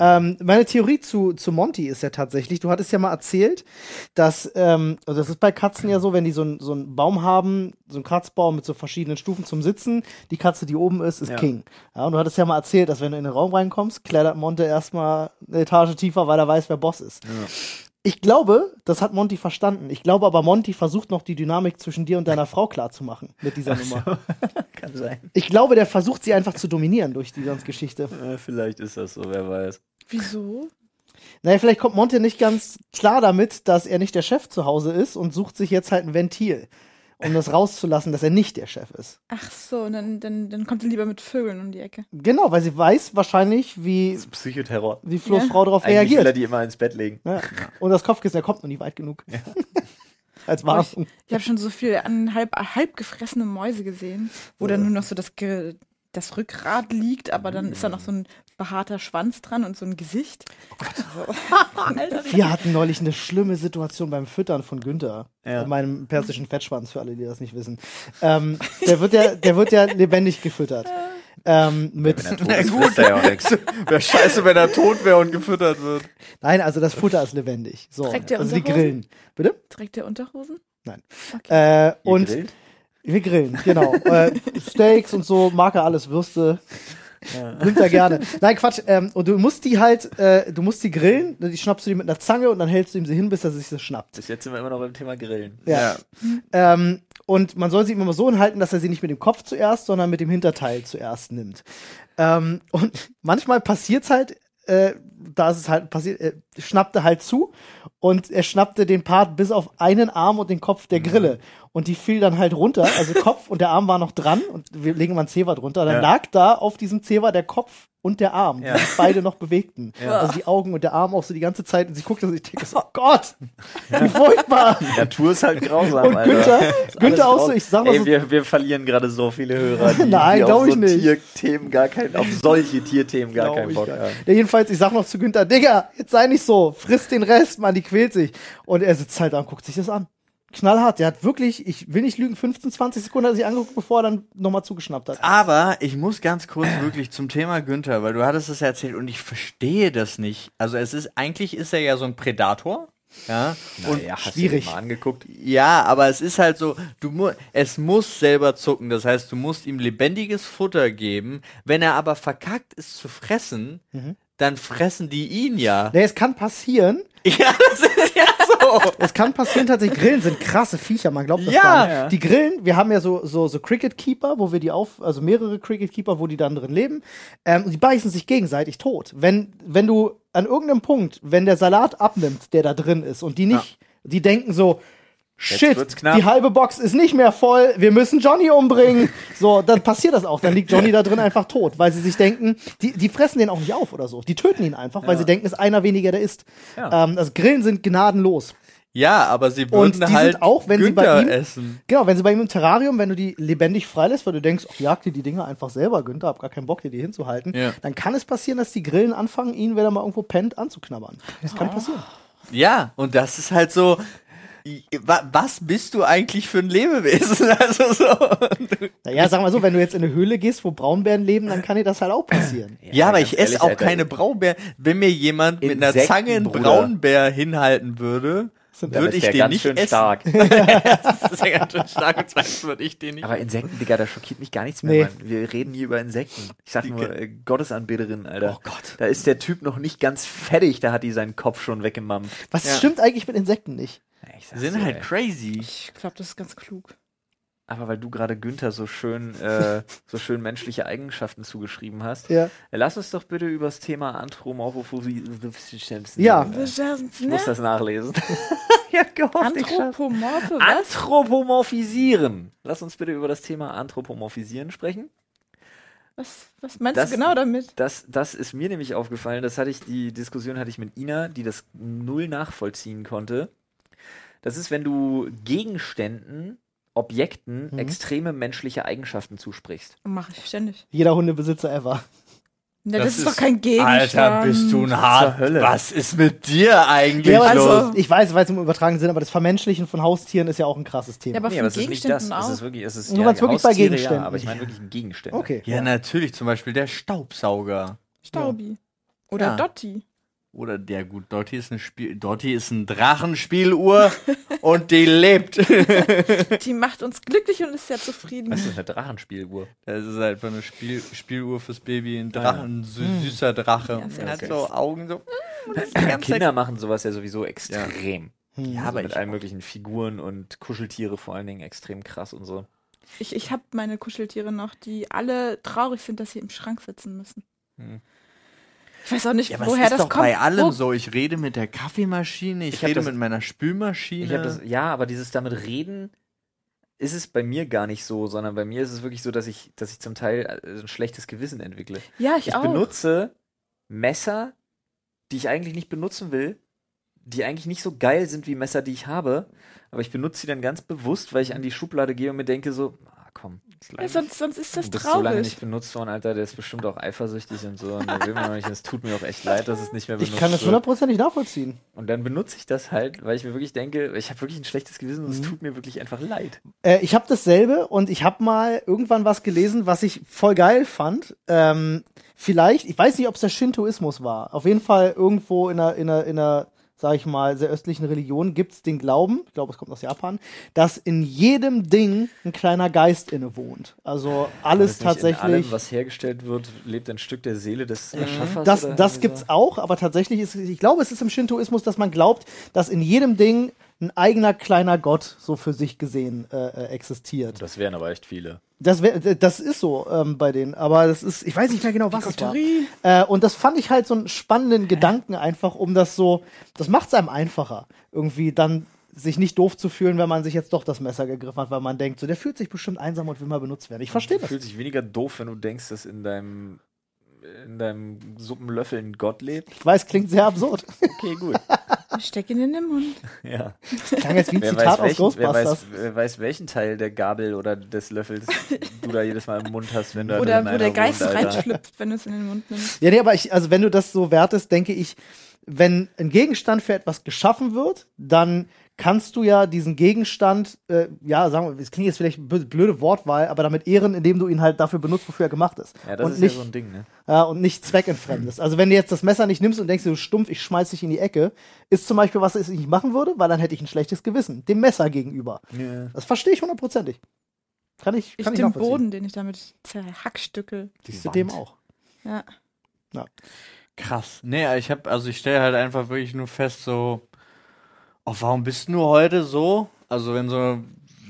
A: Ähm, meine Theorie zu, zu Monty ist ja tatsächlich, du hattest ja mal erzählt, dass, ähm, also das ist bei Katzen ja so, wenn die so, ein, so einen Baum haben, so einen Kratzbaum mit so verschiedenen Stufen zum Sitzen, die Katze, die oben ist, ist
B: Ja.
A: King. Ja, und du hattest ja mal erzählt, dass wenn du in den Raum reinkommst, klettert Monte erstmal eine Etage tiefer, weil er weiß, wer Boss ist. Ich glaube, das hat Monty verstanden. Ich glaube aber, Monty versucht noch die Dynamik zwischen dir und deiner Frau klarzumachen mit dieser Nummer.
B: Kann sein.
A: Ich glaube, der versucht sie einfach zu dominieren durch die ganze Geschichte.
B: Äh, vielleicht ist das so, wer weiß.
D: Wieso?
A: Naja, vielleicht kommt Monte nicht ganz klar damit, dass er nicht der Chef zu Hause ist und sucht sich jetzt halt ein Ventil, um das rauszulassen, dass er nicht der Chef ist.
D: Ach so, und dann, dann, dann kommt sie lieber mit Vögeln um die Ecke.
A: Genau, weil sie weiß wahrscheinlich, wie,
B: Das ist Psychoterror.
A: wie Flo's Frau darauf
B: Eigentlich will er
A: reagiert.
B: die immer ins Bett legen.
A: Ja. Und das Kopfkissen, er kommt noch nicht weit genug. Als Warnung.
D: Ich habe schon so viel an halb, halb gefressene Mäuse gesehen, wo dann nur noch so das, Ge das Rückgrat liegt, aber dann ist da noch so ein behaarter Schwanz dran und so ein Gesicht.
A: Wir hatten neulich eine schlimme Situation beim Füttern von Günther.
B: Ja.
A: Mit meinem persischen Fettschwanz, für alle, die das nicht wissen. Ähm, der, wird ja, der wird ja lebendig gefüttert. Ähm, mit,
B: Na gut. Ja auch nichts.
E: Wäre scheiße, wenn er tot wäre und gefüttert wird.
A: nein, also das Futter ist lebendig. So,
D: Trägt der
A: also die
D: Unterhosen?
A: grillen. Bitte?
D: Trägt der Unterhosen?
A: Äh,
B: Ihr
A: und
B: grillt?
A: wir grillen, genau. äh, Steaks und so, mag er alles, Würste. Nimmt er gerne. Nein, Quatsch. Ähm, und du musst die halt, äh, du musst die grillen, die schnappst du die mit einer Zange und dann hältst du ihm sie hin, bis er sich das schnappt.
B: Bis jetzt sind wir immer noch beim Thema Grillen.
A: Ja. Ähm, und man soll sie immer so hinhalten, dass er sie nicht mit dem Kopf zuerst, sondern mit dem Hinterteil zuerst nimmt. Ähm, und manchmal passiert's halt, äh, da ist es halt passiert, äh, schnappte halt zu und er schnappte den Part bis auf einen Arm und den Kopf
B: Mhm.
A: der Grille. Und die fiel dann halt runter, also Kopf und der Arm war noch dran und wir legen mal einen Zewa drunter. Dann
B: Ja.
A: lag da auf diesem Zewa der Kopf und der Arm,
B: Ja.
A: die sich beide noch bewegten.
B: Ja.
A: Also die Augen und der Arm auch so die ganze Zeit und sie guckte und ich denke so, oh Gott, wie furchtbar.
B: Die Natur ist halt grausam,
A: Und
B: Alter.
A: Günther,
B: Ist alles
A: Günther auch so,
B: grau-
A: ich sag mal
B: Ey,
A: so,
B: wir, wir verlieren gerade so viele Hörer, die,
A: Nein,
B: die
A: glaub
B: auf
A: ich
B: so
A: nicht.
B: Tierthemen gar keinen, auf solche Tierthemen gar
A: Glaub
B: keinen
A: ich
B: Bock
A: gar
B: haben.
A: nicht. Ja, jedenfalls, ich sag noch zu Günther, Digga, jetzt sei nicht so, friss den Rest, Mann, die quält sich. Und er sitzt halt da und guckt sich das an. Knallhart, der hat wirklich, ich will nicht lügen, 15, 20 Sekunden hat er sich angeguckt, bevor er dann nochmal zugeschnappt
B: Ah.
A: hat.
E: Aber ich muss ganz kurz wirklich zum Thema Günther, weil du hattest es ja erzählt und ich verstehe das nicht. Also es ist, eigentlich ist er ja so ein Predator. Ja? Und
B: Naja, hast
A: schwierig.
B: du dir mal angeguckt.
E: Ja, aber es ist halt so, du mu es muss selber zucken. Das heißt, du musst ihm lebendiges Futter geben. Wenn er aber verkackt ist zu fressen,
A: Mhm.
E: dann fressen die ihn ja.
A: Nee, es kann passieren.
E: Ja, das ist ja so.
A: Es kann passieren tatsächlich. Grillen sind krasse Viecher, man glaubt das
E: Ja.
A: gar nicht.
B: Ja.
A: Die Grillen, wir haben ja so, so, so Cricket Keeper, wo wir die auf, also mehrere Cricket Keeper, wo die dann drin leben. Ähm, und die beißen sich gegenseitig tot. Wenn, wenn du an irgendeinem Punkt, wenn der Salat abnimmt, der da drin ist und die nicht, die denken so, Shit,
B: wird's knapp.
A: die halbe Box ist nicht mehr voll, wir müssen Johnny umbringen. So, dann passiert das auch. Dann liegt Johnny da drin einfach tot, weil sie sich denken, die, die fressen den auch nicht auf oder so. Die töten ihn einfach, weil sie denken, es ist einer weniger, der isst.
B: Ja.
A: Ähm, also Grillen sind gnadenlos.
E: Ja, aber sie
A: Und
E: würden
A: die sind
E: halt
A: auch, wenn sie bei
E: Günther
A: ihm-
E: essen.
A: Genau, wenn sie bei ihm im Terrarium, wenn du die lebendig freilässt, weil du denkst, ach, jag dir die Dinger einfach selber, Günther, hab gar keinen Bock, dir die hinzuhalten,
E: Ja.
A: dann kann es passieren, dass die Grillen anfangen, ihn, wenn er mal irgendwo pennt, anzuknabbern. Das
D: Ah.
A: kann passieren.
E: Ja, und das ist halt so. wa- Was bist du eigentlich für ein Lebewesen? Also so.
A: Naja, sagen wir so, wenn du jetzt in eine Höhle gehst, wo Braunbären leben, dann kann dir das halt auch passieren.
E: Ja, aber ich
B: ganz
E: esse
B: ehrlich,
E: auch
B: Alter.
E: keine Braunbär. Wenn mir jemand mit einer
B: Insekten,
E: Zange einen
B: Bruder.
E: Braunbär hinhalten würde,
B: Dann
E: würde
B: ist
E: ich
B: der
E: den
B: ganz
E: nicht
B: schön
E: essen.
B: stark.
E: Das ist ja ganz schön stark und zweitens würde ich den nicht.
B: Aber Insekten, Digga, da schockiert mich gar nichts
A: Nee.
B: mehr. Mann. Wir reden hier über Insekten. Ich sag nur, äh, Gottesanbeterin, Alter.
E: Oh Gott.
B: Da ist der Typ noch nicht ganz fertig, da hat die seinen Kopf schon weggemampft.
A: Was
E: Ja.
A: stimmt eigentlich mit Insekten nicht?
B: Ich
E: Die
B: sag's
E: sind
B: dir,
E: halt
B: ey.
E: crazy.
D: Ich glaube, das ist ganz klug.
B: Aber weil du gerade Günther so schön, äh, so schön menschliche Eigenschaften zugeschrieben hast,
A: Ja.
B: lass uns doch bitte über das Thema Äh, Anthropomorphophosie.
A: Ja.
B: reden. Ich muss
D: Ne?
B: das nachlesen. ich hab gehofft, ich schaff's.
D: Anthropomorphe, was?
B: Anthropomorphisieren. Lass uns bitte über das Thema Anthropomorphisieren sprechen.
D: was? Was meinst
B: Das-
D: du genau damit?
B: Das, das ist mir nämlich aufgefallen. Das hatte ich, die Diskussion hatte ich mit Ina, die das null nachvollziehen konnte. Das ist, wenn du Gegenständen, Objekten
A: Mhm.
B: extreme menschliche Eigenschaften zusprichst.
D: Mache ich ständig.
A: Jeder Hundebesitzer ever.
D: Na,
E: Das
D: das, ist
E: ist-
D: doch kein Gegenstand.
E: Alter, bist du ein Hart.
B: Hölle.
E: Was ist mit dir eigentlich
A: Ja, aber
E: los?
A: also, ich weiß, weil es im übertragenen Sinn, aber das Vermenschlichen von Haustieren ist ja auch ein krasses Thema.
D: Ja, aber
B: aber
D: von
B: es ist nicht
D: Gegenständen
B: das. Es
D: auch.
B: ist wirklich, es ist
A: Du meinst
B: die
A: wirklich bei
B: Haustiere,
A: Gegenständen.
B: Ja, aber ich meine wirklich Gegenstände.
A: okay.
E: ja, natürlich, zum Beispiel der Staubsauger.
D: Staubi. Oder
E: Ja.
D: Dotti.
E: Oder der gut, Dotti ist ein Spiel. Dotti ist ein Drachenspieluhr und die lebt.
D: Die macht uns glücklich und ist sehr zufrieden.
B: Das ist eine Drachenspieluhr.
E: Das ist halt einfach eine Spiel, Spieluhr fürs Baby, ein
B: Ah.
E: Drachen, ein sü süßer Drache.
D: Ja, sehr
E: Er hat
B: süß.
E: so Augen so.
B: Kinder machen sowas ja sowieso extrem.
A: Hm.
E: Ja,
B: Ja,
E: aber
B: aber mit
E: ich-
B: allen möglichen Figuren und Kuscheltiere vor allen Dingen extrem krass und so.
D: Ich, ich habe meine Kuscheltiere noch, die alle traurig sind, dass sie im Schrank sitzen müssen.
B: Hm.
D: Ich weiß auch nicht,
E: Ja, aber
D: woher
E: es ist
D: das
E: doch
D: kommt.
E: bei allem
D: Wo-
E: so. Ich rede mit der Kaffeemaschine, ich,
B: Ich hab
E: rede
B: das-
E: mit meiner Spülmaschine.
B: Ich hab das, ja, aber dieses damit reden ist es bei mir gar nicht so, sondern bei mir ist es wirklich so, dass ich, dass ich zum Teil äh, ein schlechtes Gewissen entwickle.
D: Ja, ich,
B: Ich
D: auch.
B: benutze Messer, die ich eigentlich nicht benutzen will, die eigentlich nicht so geil sind wie Messer, die ich habe, aber ich benutze sie dann ganz bewusst, weil ich an die Schublade gehe und mir denke so, ah, komm, ist
D: ja, sonst, sonst ist das
B: du bist
D: traurig.
B: so lange nicht benutzt worden, Alter, der ist bestimmt auch eifersüchtig und so. Und da will man noch nicht. Es tut mir auch echt leid, dass es nicht mehr benutzt
A: Ich kann das
B: wird.
A: hundertprozentig nachvollziehen.
B: Und dann benutze ich das halt, weil ich mir wirklich denke, ich habe wirklich ein schlechtes Gewissen
A: Mhm.
B: und es tut mir wirklich einfach leid.
A: Äh, ich habe dasselbe und ich habe mal irgendwann was gelesen, was ich voll geil fand. Ähm, vielleicht, ich weiß nicht, ob es der Shintoismus war. Auf jeden Fall irgendwo in einer, in einer, in einer sag ich mal, sehr östlichen Religion gibt es den Glauben, ich glaube, es kommt aus Japan, dass in jedem Ding ein kleiner Geist inne wohnt. Also alles
B: Und das nicht
A: tatsächlich. Mhm.
B: In allem, was hergestellt wird, lebt ein Stück der Seele des Erschaffers.
A: Das,
B: oder Also
A: das
B: irgendwie
A: gibt's auch, aber tatsächlich ist, ich glaube, es ist im Shintoismus, dass man glaubt, dass in jedem Ding ein eigener kleiner Gott so für sich gesehen äh, äh, existiert.
B: So. Das wären aber echt viele.
A: Das, wär, das ist so ähm, bei denen, aber das ist, ich weiß nicht mehr genau, was es war. Äh, und das fand ich halt so einen spannenden Gedanken einfach, um das so, das macht es einem einfacher, irgendwie dann sich nicht doof zu fühlen, wenn man sich jetzt doch das Messer gegriffen hat, weil man denkt, so der fühlt sich bestimmt einsam und will mal benutzt werden. Ich verstehe
B: Du
A: das.
B: fühlst dich weniger doof, wenn du denkst, dass in deinem in deinem Suppenlöffel ein Gott lebt.
A: Ich weiß, klingt sehr absurd.
B: Okay, gut.
D: Steck ihn in den Mund.
B: ja.
A: Klang jetzt wie ein
B: Wer
A: Zitat
B: weiß,
A: aus
B: welchen, wer,
A: Ghostbusters.
B: weiß, wer weiß, welchen Teil der Gabel oder des Löffels du da jedes Mal im Mund hast, wenn du da
D: Oder
B: drin
D: wo
B: einer
D: der Geist
B: wohnt, Alter.
D: reinschlüpft, wenn du es in den Mund nimmst.
A: Ja, nee, aber ich, also wenn du das so wertest, denke ich, wenn ein Gegenstand für etwas geschaffen wird, dann kannst du ja diesen Gegenstand, äh, ja, sagen wir, es klingt jetzt vielleicht bö- blöde Wortwahl, aber damit ehren, indem du ihn halt dafür benutzt, wofür er gemacht ist.
B: Ja, das
A: und
B: ist
A: nicht,
B: ja so ein Ding, ne?
A: ja, und nicht zweckentfremdest. Also wenn du jetzt das Messer nicht nimmst und denkst, du stumpf, ich schmeiß dich in die Ecke, ist zum Beispiel was, was ich nicht machen würde, weil dann hätte ich ein schlechtes Gewissen dem Messer gegenüber. Das verstehe ich hundertprozentig. Kann ich,
D: Ich
A: kann ich
D: den
A: nachvollziehen.
D: Boden, den ich damit zerhackstückel.
A: Siehst du dem auch.
D: Ja.
E: Krass. Nee, ich hab, also ich stelle halt einfach wirklich nur fest, so, oh, warum bist du nur heute so? Also wenn so,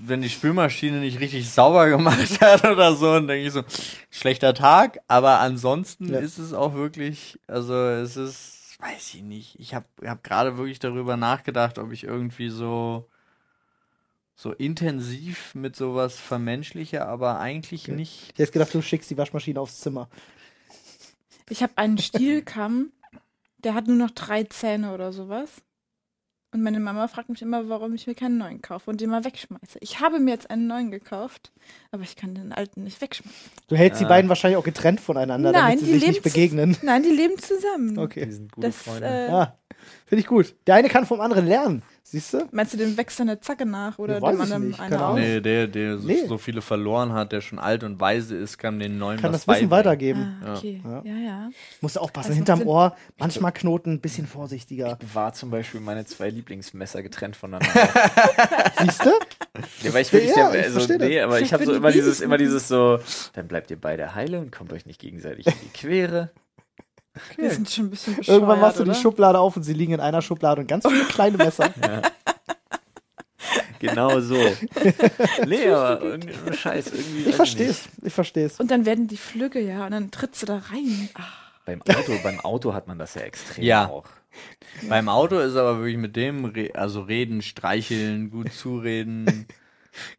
E: wenn die Spülmaschine nicht richtig sauber gemacht hat oder so, dann denke ich so, schlechter Tag, aber ansonsten
A: Ja.
E: ist es auch wirklich, also es ist, weiß ich nicht, ich habe hab, hab gerade wirklich darüber nachgedacht, ob ich irgendwie so, so intensiv mit sowas vermenschliche, aber eigentlich nicht.
A: Ich hätte gedacht, du schickst die Waschmaschine aufs Zimmer.
D: Ich habe einen Stielkamm, der hat nur noch drei Zähne oder sowas. Und meine Mama fragt mich immer, warum ich mir keinen neuen kaufe und den mal wegschmeiße. Ich habe mir jetzt einen neuen gekauft, aber ich kann den alten nicht wegschmeißen.
A: Du hältst
B: Ah.
A: die beiden wahrscheinlich auch getrennt voneinander,
D: Nein,
A: damit
D: die
A: sie sich
D: leben
A: nicht begegnen.
D: zus- Nein, die leben zusammen.
A: Okay. Ah.
B: sind gute
D: Das, äh,
A: Ja, finde ich gut. Der eine kann vom anderen lernen. Siehst du?
D: Meinst du, dem wächst eine Zacke nach oder
A: Ja, weiß
D: dem
A: ich
D: anderen
A: nicht,
D: eine
A: keine
D: auch?
A: Ahnung.
E: Nee, der, der so-
A: Nee.
E: so viele verloren hat, der schon alt und weise ist, kann den neuen
A: Kann
E: was
A: das Wissen
E: beibringen.
A: weitergeben.
D: Ah, Also okay.
A: Ja.
D: Ja, ja.
A: Musst du aufpassen.
D: Das macht
A: Hinterm
D: Sinn.
A: Ohr, manchmal Knoten, ein bisschen vorsichtiger.
B: war zum Beispiel meine zwei Lieblingsmesser getrennt voneinander.
A: Siehst du?
B: ja, weil ich wirklich
A: Ja,
B: der,
A: ich
B: also,
A: versteh das.
B: nee, aber ich
D: Vielleicht
B: habe so
D: würden
B: immer
D: die
B: dieses,
D: das
B: immer dieses so, dann bleibt ihr beide heile und kommt euch nicht gegenseitig in die Quere.
D: Wir sind schon ein bisschen bescheuert,
A: Irgendwann machst du die
D: oder?
A: Schublade auf und sie liegen in einer Schublade und ganz viele kleine Messer.
B: Genau so. nee, aber irgendein Scheiß irgendwie.
A: Ich verstehe es. Ich verstehe es.
D: Und dann werden die Flügge, ja, und dann trittst du da rein. Ach,
B: Beim Auto, beim Auto hat man das ja extrem
E: Ja.
B: auch.
E: Beim Auto ist aber wirklich mit dem, re also reden, streicheln, gut zureden.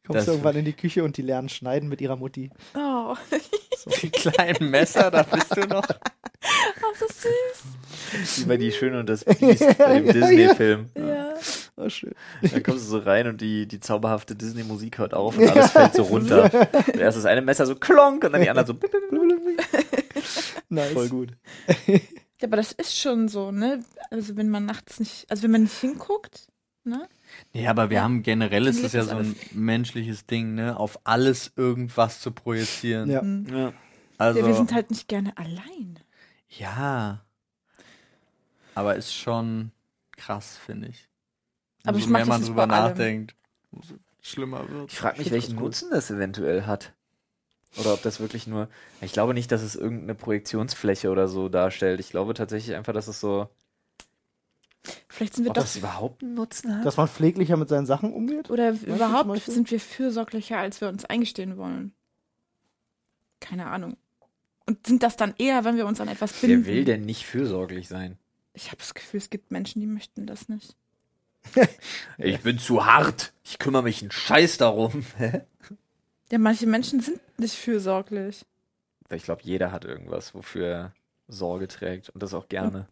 A: Kommst
E: Das-
A: du irgendwann in die Küche und die lernen schneiden mit ihrer Mutti.
D: oh,
E: die kleinen Messer, da bist du noch.
D: oh so süß.
B: Wie bei Die Schöne und das Biest bei dem Disney-Film.
D: Ja.
A: Oh, schön.
B: Dann kommst du so rein und die, die zauberhafte Disney-Musik hört auf und alles fällt so runter. Und Erst das eine Messer so klonk und dann die anderen so. bip, bip, bip, bip, bip.
A: Nice.
B: Voll gut.
D: Ja, aber das ist schon so, ne? Also wenn man nachts nicht, also wenn man nicht hinguckt, ne?
E: Nee, aber wir haben generell, es ist ja
D: Dann
E: so
D: lebt
E: ein menschliches Ding, ne? Auf alles irgendwas zu projizieren.
A: Ja.
B: Ja.
E: Also,
D: ja, wir sind halt nicht gerne allein.
E: ja. Aber ist schon krass, finde ich.
D: Aber
E: Umso
D: ich mach
E: mehr
D: das
E: man
D: jetzt
E: drüber
D: bei allem.
E: nachdenkt, umso schlimmer wird.
B: Ich frage mich, welchen Nutzen das eventuell hat. Oder ob das wirklich nur. Ich glaube nicht, dass es irgendeine Projektionsfläche oder so darstellt. Ich glaube tatsächlich einfach, dass es so.
D: Vielleicht sind wir
B: Ob
D: doch
B: das überhaupt einen Nutzen hat?
A: Dass man pfleglicher mit seinen Sachen umgeht?
D: oder
A: zum
D: überhaupt
A: Beispiel?
D: sind wir fürsorglicher, als wir uns eingestehen wollen. Keine Ahnung. Und sind das dann eher, wenn wir uns an etwas binden?
B: Wer will denn nicht fürsorglich sein?
D: Ich habe das Gefühl, es gibt Menschen, die möchten das nicht.
B: Ich bin zu hart. Ich kümmere mich einen Scheiß darum.
D: Ja, manche Menschen sind nicht fürsorglich.
B: ich glaube, jeder hat irgendwas, wofür er Sorge trägt und das auch gerne.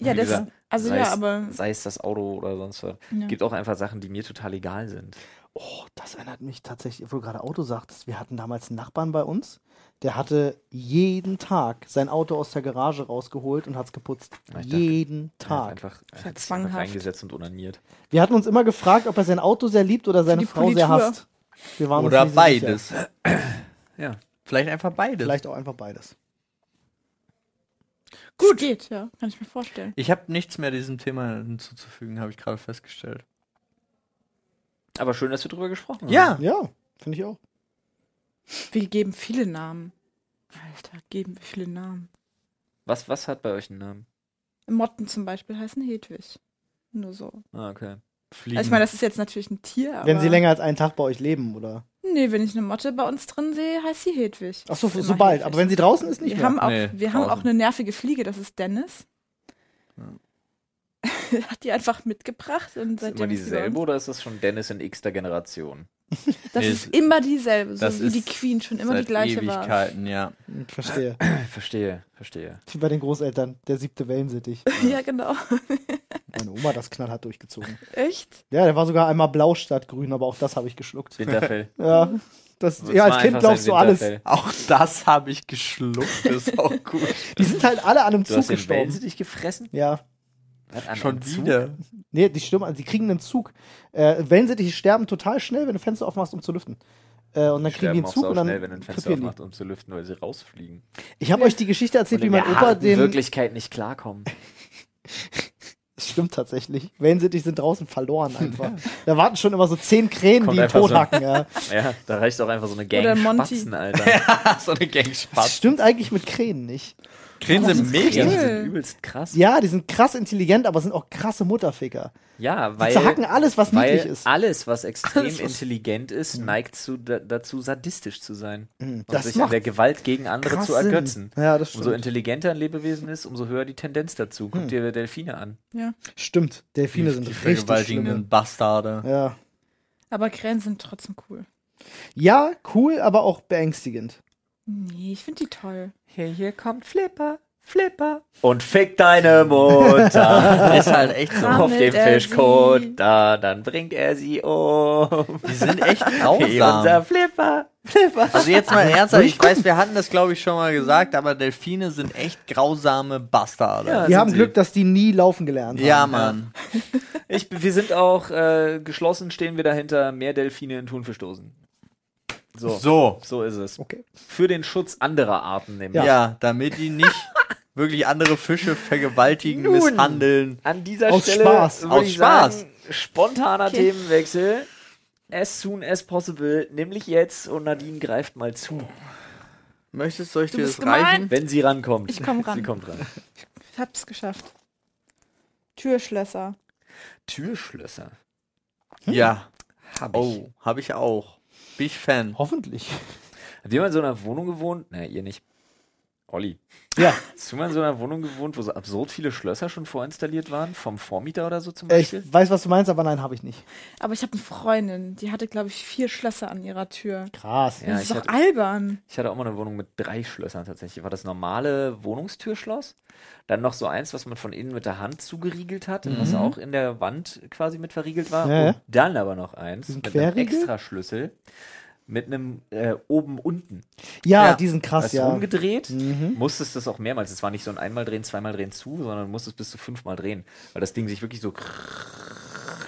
D: Ja,
B: Wie
D: das
B: gesagt,
D: also
B: sei
D: ja,
B: es-
D: aber Mhm.
B: Sei es das Auto oder sonst was.
D: ja.
B: Gibt auch einfach Sachen, die mir total egal sind.
A: Oh, das erinnert mich tatsächlich, obwohl du gerade Auto sagtest, wir hatten damals einen Nachbarn bei uns, der hatte jeden Tag sein Auto aus der Garage rausgeholt und hat es geputzt.
B: Ja, ich dachte,
A: jeden
B: Er hat
A: Tag.
B: einfach, er hat
D: Ist halt
B: sich einfach
D: zwanghaft.
B: reingesetzt und onaniert.
A: Wir hatten uns immer gefragt, ob er sein Auto sehr liebt oder seine
D: die
A: Frau sehr
D: Politur.
A: hasst. Wir waren
E: Oder
A: uns nie so sicher.
E: beides.
B: Ja.
E: Vielleicht einfach beides.
A: Vielleicht auch einfach beides.
D: gut geht, ja, kann ich mir vorstellen.
E: Ich habe nichts mehr diesem Thema hinzuzufügen, habe ich gerade festgestellt.
B: Aber schön, dass wir drüber gesprochen haben.
A: Ja, finde ich auch.
D: Wir geben viele Namen. Alter, geben wir viele Namen.
B: Was, was hat bei euch einen Namen?
D: Motten zum Beispiel heißen Hedwig. Nur so.
B: Ah, okay.
E: Fliegen.
D: Also ich meine, das ist jetzt natürlich ein Tier, aber.
A: Wenn sie länger als einen Tag bei euch leben, oder?
D: Nee, wenn ich eine Motte bei uns drin sehe, heißt sie Hedwig.
A: Ach so,
D: Ist immer
A: sobald.
D: Hedwig.
A: Aber wenn sie draußen ist, nicht
D: wir
A: mehr.
D: Haben auch,
E: Nee,
D: wir haben auch
E: draußen.
D: eine nervige Fliege, das ist Dennis. Hat die einfach mitgebracht und
B: ist immer
D: seitdem. ist sie bei
B: dieselbe
D: uns.
B: oder ist das schon Dennis in x-ter Generation?
D: Das
E: Nee, es-
D: ist immer dieselbe, so
E: das
D: wie die
E: ist
D: Queen schon immer die
E: Seit
D: gleiche war.
E: Ewigkeiten, ja.
A: Ich Hm, Äh, verstehe.
B: Verstehe, verstehe.
A: Wie bei den Großeltern, der siebte Wellensittich.
D: Ja, genau.
A: Meine Oma hat das knallhart durchgezogen.
D: Echt?
A: Ja, der war sogar einmal blau statt grün, aber auch das habe ich geschluckt.
B: Winterfell.
A: Ja, das,
B: Das
A: ja
B: war
A: als Kind
B: einfach sein
A: glaubst du alles.
B: Winterfell.
E: Auch das habe ich geschluckt, ist auch gut.
A: Die sind halt alle an einem
B: Du
A: Zug
B: hast den
A: gestorben.
B: Wellensittich gefressen?
A: Ja.
B: Was, an
E: Schon
B: einem Zug?
E: wieder.
A: Nee, die stürmen, die kriegen einen Zug. Äh, wenn sie dich sterben, total schnell, wenn du Fenster aufmachst, um zu lüften. Äh, und dann kriegen die
B: Sterben
A: einen
B: auch
A: Zug und dann
B: schnell, wenn du ein Fenster
A: krepieren die.
B: aufmacht, um zu lüften, weil sie rausfliegen.
A: Ich habe euch die Geschichte erzählt,
B: Und
A: wie
B: in
A: mein
B: der
A: Opa
B: harten
A: den.
B: Wirklichkeit nicht klarkommen.
A: Das stimmt tatsächlich. Wellen sind, die sind draußen verloren einfach. Da warten schon immer so zehn Krähen,
B: Kommt
A: die
B: einfach so-
A: tothacken. Ja.
B: Ja, da reicht doch einfach so eine Gang
D: Oder Monty.
B: Spatzen, Alter.
E: so eine
A: Das
E: Gangspaß.
A: stimmt eigentlich mit Krähen nicht.
E: Krähen sind
B: Ja,
E: mega.
B: die
D: Cool.
B: sind übelst krass. Ja,
A: Ja, die sind krass intelligent, aber sind auch krasse Mutterficker. Die
B: weil,
A: zerhacken alles, was
B: weil
A: niedlich ist. Hm.
B: alles, was extrem
E: Alles, was-
B: intelligent ist, neigt zu, da, dazu, sadistisch zu sein. und
A: das
B: sich an
A: macht
B: der Gewalt gegen andere
A: krass
B: zu
A: Sinn.
B: ergötzen.
A: Ja, das
B: Umso
A: stimmt. Hm.
B: intelligenter ein Lebewesen ist, umso höher die Tendenz dazu. Guck dir Delfine an.
D: Ja.
A: Stimmt, Delfine sind
E: Die
A: richtig schlimme.
E: vergewaltigenden Bastarde.
A: Ja.
D: Aber Krähen sind trotzdem cool.
A: ja, cool, aber auch beängstigend.
D: Nee, ich finde die toll.
B: Hier, hier kommt Flipper, Flipper. Und fick deine Mutter
E: Ist halt echt so.
D: Krass.
B: auf
D: Sammelt
B: dem
D: er sie.
B: Fischkot. Da, dann bringt er sie um.
E: Die sind echt
B: Hier unser
E: grausam.
B: Flipper, Flipper.
E: Also jetzt mal ernsthaft, ich weiß, wir hatten das glaube ich schon mal gesagt, aber Delfine sind echt grausame Bastarde.
B: Ja.
A: Die
B: sind
A: haben
B: sie.
A: Glück, dass die nie laufen gelernt haben.
E: Ja, Mann.
B: Ich, wir sind auch äh, geschlossen, stehen wir dahinter, mehr Delfine in Thunfischdosen. So, so,
E: So.
B: ist es.
A: Okay.
B: Für den Schutz anderer Arten nämlich.
E: Ja. damit die nicht wirklich andere Fische vergewaltigen,
B: Nun.
E: misshandeln.
B: An dieser
A: Aus
B: Stelle
A: Spaß,
B: würde
E: aus
B: ich
E: Spaß.
B: sagen, spontaner
D: Okay.
B: Themenwechsel. As soon as possible, nämlich jetzt und Nadine greift mal zu,
E: Möchtest du euch
D: Du
E: dir das
D: bist gemein.
E: reichen?
B: wenn sie rankommt.
D: Ich komm ran.
B: Sie kommt ran.
D: Ich hab's geschafft. Türschlösser.
B: Türschlösser.
E: Hm? Ja.
B: Hab ich.
E: Oh, habe ich auch. Bin ich Fan.
A: Hoffentlich.
B: Habt ihr mal in so einer Wohnung gewohnt? Ne, ihr nicht. Olli.
A: Ja.
B: Hast du mal in so einer Wohnung gewohnt, wo so absurd viele Schlösser schon vorinstalliert waren? Vom Vormieter oder so zum
A: Äh, Ich
B: Beispiel?
A: weiß, was du meinst, aber nein, habe ich nicht.
D: Aber ich habe eine Freundin, die hatte, glaube ich, vier Schlösser an ihrer Tür.
A: Krass.
B: Ja,
D: das ist
B: ich
D: doch
B: hatte-
D: albern.
B: Ich hatte auch mal eine Wohnung mit drei Schlössern tatsächlich. War das normale Wohnungstürschloss, dann noch so eins, was man von innen mit der Hand zugeriegelt hat, was auch in der Wand quasi mit verriegelt war.
A: Mhm. Ja, ja.
B: Und dann aber noch eins
A: Diesen
B: mit einem
A: Querriegel?
B: Extraschlüssel mit einem äh, oben unten.
A: Ja,
E: Ja.
A: Ah, die sind krass,
B: Hast du
A: ja.
B: umgedreht,
A: Mhm.
B: musstest das auch mehrmals. Es war nicht so ein einmal drehen, zweimal drehen zu, sondern musstest bis zu fünfmal drehen, weil das Ding sich wirklich so